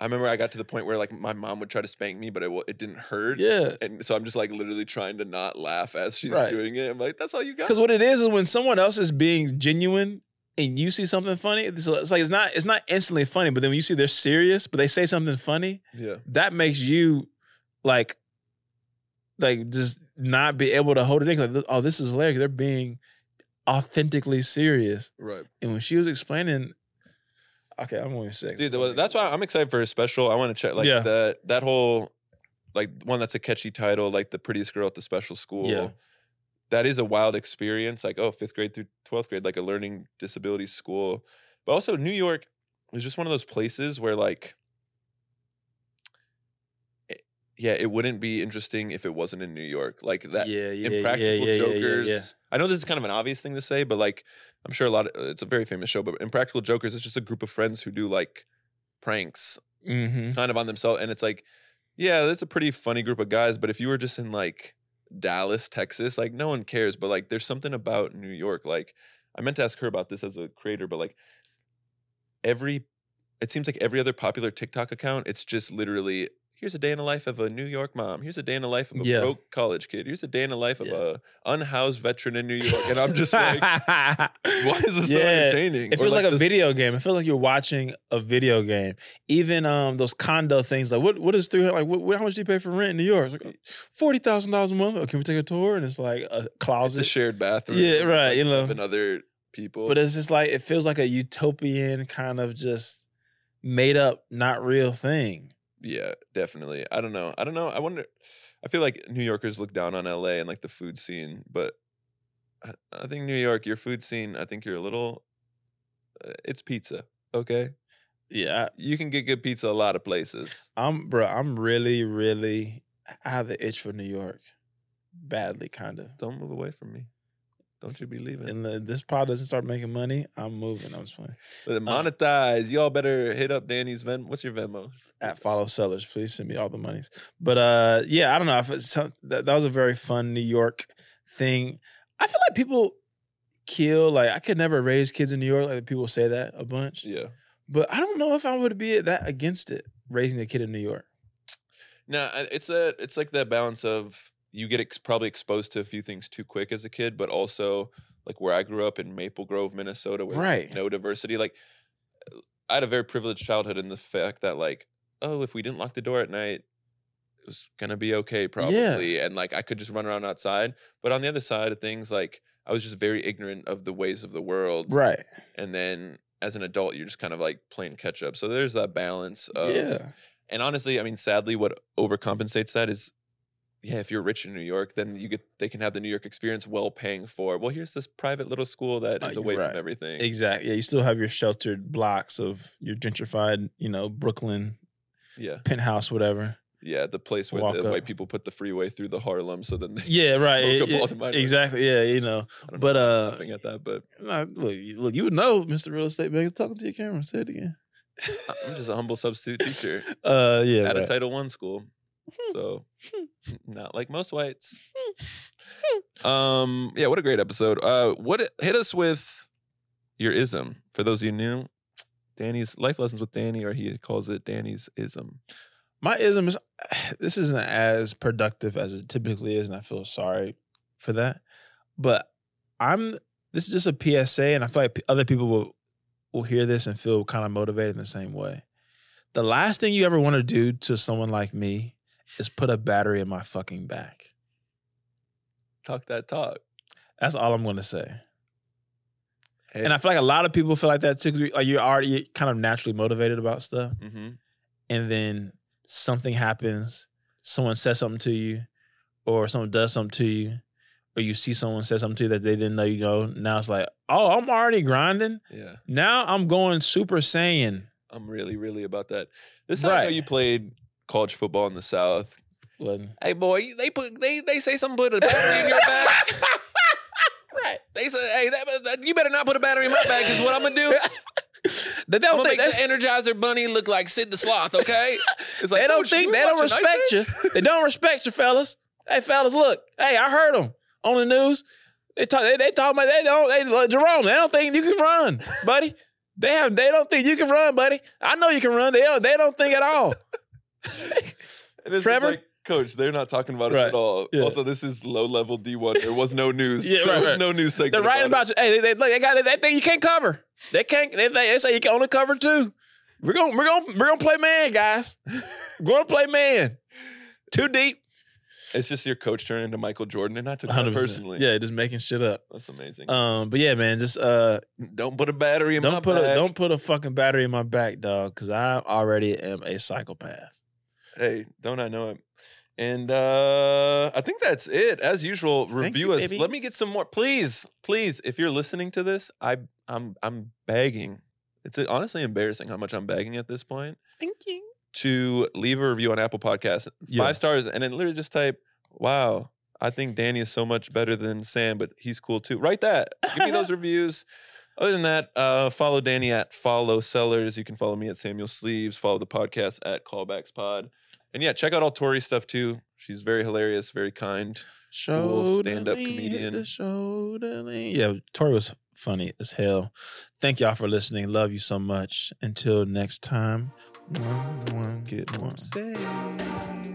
[SPEAKER 2] I remember I got to the point where like my mom would try to spank me, but it wa- it didn't hurt.
[SPEAKER 3] yeah.
[SPEAKER 2] And so I'm just like literally trying to not laugh as she's
[SPEAKER 3] Right.
[SPEAKER 2] doing it. I'm like, that's all you got.
[SPEAKER 3] Because what it is is when someone else is being genuine and you see something funny, it's, it's like it's not it's not instantly funny, but then when you see they're serious, but they say something funny,
[SPEAKER 2] Yeah.
[SPEAKER 3] that makes you like like just not be able to hold it in. 'Cause Like, oh, this is hilarious. They're being authentically serious.
[SPEAKER 2] Right.
[SPEAKER 3] And when she was explaining, okay, I'm only six.
[SPEAKER 2] Dude, well, that's why I'm excited for a special. I want to check like
[SPEAKER 3] Yeah.
[SPEAKER 2] that that whole like one that's a catchy title, like the prettiest girl at the special school.
[SPEAKER 3] Yeah.
[SPEAKER 2] That is a wild experience. Like, oh, fifth grade through twelfth grade, like a learning disability school. But also New York is just one of those places where like it- yeah, it wouldn't be interesting if it wasn't in New York. Like that
[SPEAKER 3] yeah, yeah,
[SPEAKER 2] Impractical
[SPEAKER 3] yeah, yeah, yeah,
[SPEAKER 2] Jokers.
[SPEAKER 3] Yeah, yeah.
[SPEAKER 2] I know this is kind of an obvious thing to say, but like I'm sure a lot of it's a very famous show, but Impractical Jokers is just a group of friends who do like pranks
[SPEAKER 3] Mm-hmm.
[SPEAKER 2] kind of on themselves and it's like yeah, that's a pretty funny group of guys, but if you were just in like Dallas, Texas, like no one cares, but like there's something about New York like I meant to ask her about this as a creator, but like every it seems like every other popular TikTok account, it's just literally here's a day in the life of a New York mom. Here's a day in the life of a
[SPEAKER 3] Yeah.
[SPEAKER 2] broke college kid. Here's a day in the life of a
[SPEAKER 3] Yeah.
[SPEAKER 2] unhoused veteran in New York. And I'm just like, why is this so
[SPEAKER 3] Yeah.
[SPEAKER 2] entertaining?
[SPEAKER 3] It
[SPEAKER 2] Or,
[SPEAKER 3] feels like, a
[SPEAKER 2] this-
[SPEAKER 3] video game. It feels like you're watching a video game. Even um those condo things, like what what is three like what, what- how much do you pay for rent in New York? It's like forty thousand dollars a month. Oh, can we take a tour? And it's like a
[SPEAKER 2] It's a
[SPEAKER 3] closet.
[SPEAKER 2] shared bathroom.
[SPEAKER 3] Yeah,
[SPEAKER 2] with,
[SPEAKER 3] right,
[SPEAKER 2] like,
[SPEAKER 3] you know.
[SPEAKER 2] seven other people.
[SPEAKER 3] but it's just like it feels like a utopian kind of just made up, not real thing.
[SPEAKER 2] yeah, definitely. I don't know. I don't know. I wonder. I feel like New Yorkers look down on LA and like the food scene, but I, I think New York, your food scene, I think you're a little. uh, It's pizza, okay?
[SPEAKER 3] Yeah,
[SPEAKER 2] You can get good pizza a lot of places.
[SPEAKER 3] I, I'm bro. I'm really, really. I have the itch for New York, badly, kind of.
[SPEAKER 2] Don't move away from me. Don't you be leaving.
[SPEAKER 3] And the, this pod doesn't start making money. I'm moving. I'm just playing.
[SPEAKER 2] Uh, monetize. Y'all better hit up Danny's Venmo. What's your Venmo?
[SPEAKER 3] at follow sellers please send me all the monies but uh yeah i don't know if it's some, that, that was a very fun new york thing i feel like people kill like i could never raise kids in new york like people say that a bunch
[SPEAKER 2] Yeah.
[SPEAKER 3] but i don't know if i would be that against it raising a kid in new york
[SPEAKER 2] No, I- it's that it's like that balance of you get ex- probably exposed to a few things too quick as a kid, but also like where I grew up in Maple Grove, Minnesota, where there's
[SPEAKER 3] Right.
[SPEAKER 2] no diversity. Like uh, I had a very privileged childhood in the fact that like, oh, if we didn't lock the door at night, it was gonna be okay probably, and like I could just run around outside. But on the other side of things, like I was just very ignorant of the ways of the world,
[SPEAKER 3] right
[SPEAKER 2] and then as an adult, you're just kind of like playing catch up. So there's that balance of
[SPEAKER 3] yeah
[SPEAKER 2] and honestly, I mean, sadly, what overcompensates that is, yeah, if you're rich in New York, then you get they can have the New York experience well paying for. Well, here's this private little school that
[SPEAKER 3] Uh,
[SPEAKER 2] is
[SPEAKER 3] you're
[SPEAKER 2] away
[SPEAKER 3] right.
[SPEAKER 2] from everything.
[SPEAKER 3] exactly yeah you still have your sheltered blocks of your gentrified you know brooklyn
[SPEAKER 2] yeah,
[SPEAKER 3] penthouse whatever
[SPEAKER 2] yeah, the place where
[SPEAKER 3] Walk
[SPEAKER 2] the
[SPEAKER 3] up.
[SPEAKER 2] white people put the freeway through the Harlem, so then they,
[SPEAKER 3] yeah right
[SPEAKER 2] Woke
[SPEAKER 3] it-
[SPEAKER 2] up all
[SPEAKER 3] it-
[SPEAKER 2] the minor-
[SPEAKER 3] exactly yeah you know
[SPEAKER 2] I don't
[SPEAKER 3] But,
[SPEAKER 2] know,
[SPEAKER 3] uh,
[SPEAKER 2] nothing at that. But
[SPEAKER 3] Nah, look, you- look, you would know, Mr. Real Estate Man. Talking to your camera, say it again.
[SPEAKER 2] I- I'm just a humble substitute teacher
[SPEAKER 3] Uh, yeah,
[SPEAKER 2] at a
[SPEAKER 3] right.
[SPEAKER 2] Title One school,
[SPEAKER 3] Hmm.
[SPEAKER 2] so not like most whites.
[SPEAKER 3] Hmm.
[SPEAKER 2] um, yeah, what a great episode. Uh, what hit us with your ism for those of you new? Danny's life lessons with Danny, or he calls it Danny's ism.
[SPEAKER 3] my ism is this isn't as productive as it typically is, and I feel sorry for that. But I'm this is just a PSA, and I feel like p- other people will will hear this and feel kind of motivated in the same way. The last thing you ever want to do to someone like me is put a battery in my fucking back.
[SPEAKER 2] Talk that talk.
[SPEAKER 3] That's all I'm going to say. And I feel like a lot of people feel like that too. 'cause Like you're already kind of naturally motivated about stuff.
[SPEAKER 2] hmm
[SPEAKER 3] and then something happens, someone says something to you, or someone does something to you, or you see someone say something to you that they didn't know you know. Now it's like, oh, I'm already grinding.
[SPEAKER 2] Yeah,
[SPEAKER 3] Now I'm going super saiyan.
[SPEAKER 2] I'm really, really about that. This time I know
[SPEAKER 3] Right.
[SPEAKER 2] you played college football in the South.
[SPEAKER 3] Wasn't.
[SPEAKER 2] Hey boy, you- they put they they say something put a battery in your back.
[SPEAKER 3] Right.
[SPEAKER 2] They say, hey, that, that- you better not put a battery in my back. Is what I'm gonna do.
[SPEAKER 3] They
[SPEAKER 2] I'm
[SPEAKER 3] don't
[SPEAKER 2] gonna
[SPEAKER 3] think
[SPEAKER 2] make
[SPEAKER 3] they,
[SPEAKER 2] the Energizer Bunny look like Sid the Sloth. Okay. It's
[SPEAKER 3] they don't
[SPEAKER 2] "Coach,
[SPEAKER 3] think
[SPEAKER 2] you
[SPEAKER 3] they don't
[SPEAKER 2] watching Ice
[SPEAKER 3] respect
[SPEAKER 2] Age?"
[SPEAKER 3] you. They don't respect you, fellas. Hey, fellas, look. Hey, I heard them on the news. They talk. They, they talk about they don't. They like, Jerome. They don't think you can run, buddy. They have. They don't think you can run, buddy. I know you can run. They don't. They don't think at all.
[SPEAKER 2] And this is
[SPEAKER 3] Trevor?
[SPEAKER 2] like, Coach, they're not talking about us
[SPEAKER 3] Right.
[SPEAKER 2] at all.
[SPEAKER 3] Yeah.
[SPEAKER 2] Also, this is low level D1. There was no news.
[SPEAKER 3] Yeah,
[SPEAKER 2] there
[SPEAKER 3] right,
[SPEAKER 2] was
[SPEAKER 3] right.
[SPEAKER 2] no news segment.
[SPEAKER 3] They're writing
[SPEAKER 2] about
[SPEAKER 3] about you. Hey, they, they, look, they got. They think you can't cover. They can't. They, they, they say you can only cover two. We're gonna. We're gonna. We're gonna play man, guys. We're gonna play man. Too deep.
[SPEAKER 2] it. It's just your coach turned into Michael Jordan, and I took that
[SPEAKER 3] 100%.
[SPEAKER 2] personally.
[SPEAKER 3] Yeah, just making shit up.
[SPEAKER 2] That's amazing.
[SPEAKER 3] Um, but yeah, man, just uh,
[SPEAKER 2] don't put a battery in my
[SPEAKER 3] don't put
[SPEAKER 2] back.
[SPEAKER 3] a don't put a fucking battery in my back, dog, because I already am a psychopath.
[SPEAKER 2] hey, don't I know it? And uh I think that's it. As usual, review
[SPEAKER 3] you,
[SPEAKER 2] us. Let
[SPEAKER 3] babies.
[SPEAKER 2] me get some more. Please, please, if you're listening to this, I I'm I'm begging. It's honestly embarrassing how much I'm begging at this point.
[SPEAKER 3] Thank you.
[SPEAKER 2] to leave a review on Apple Podcasts, five
[SPEAKER 3] Yeah.
[SPEAKER 2] stars, and then literally just type, "Wow, I think Danny is so much better than Sam, but he's cool too." Write that. Give me those reviews. Other than that, uh, follow Danny at Follow Sellers. You can follow me at Samuel Sleeves. Follow the podcast at Callbacks Pod. And yeah, check out all Tori stuff too. She's very hilarious, very kind.
[SPEAKER 3] Shoulder
[SPEAKER 2] stand-up
[SPEAKER 3] lean, hit
[SPEAKER 2] comedian.
[SPEAKER 3] The shoulder lean. Yeah, Tori was funny as hell. Thank y'all for listening. Love you so much. Until next time. Mwah, mwah,
[SPEAKER 2] Get
[SPEAKER 3] mwah.
[SPEAKER 2] more safe.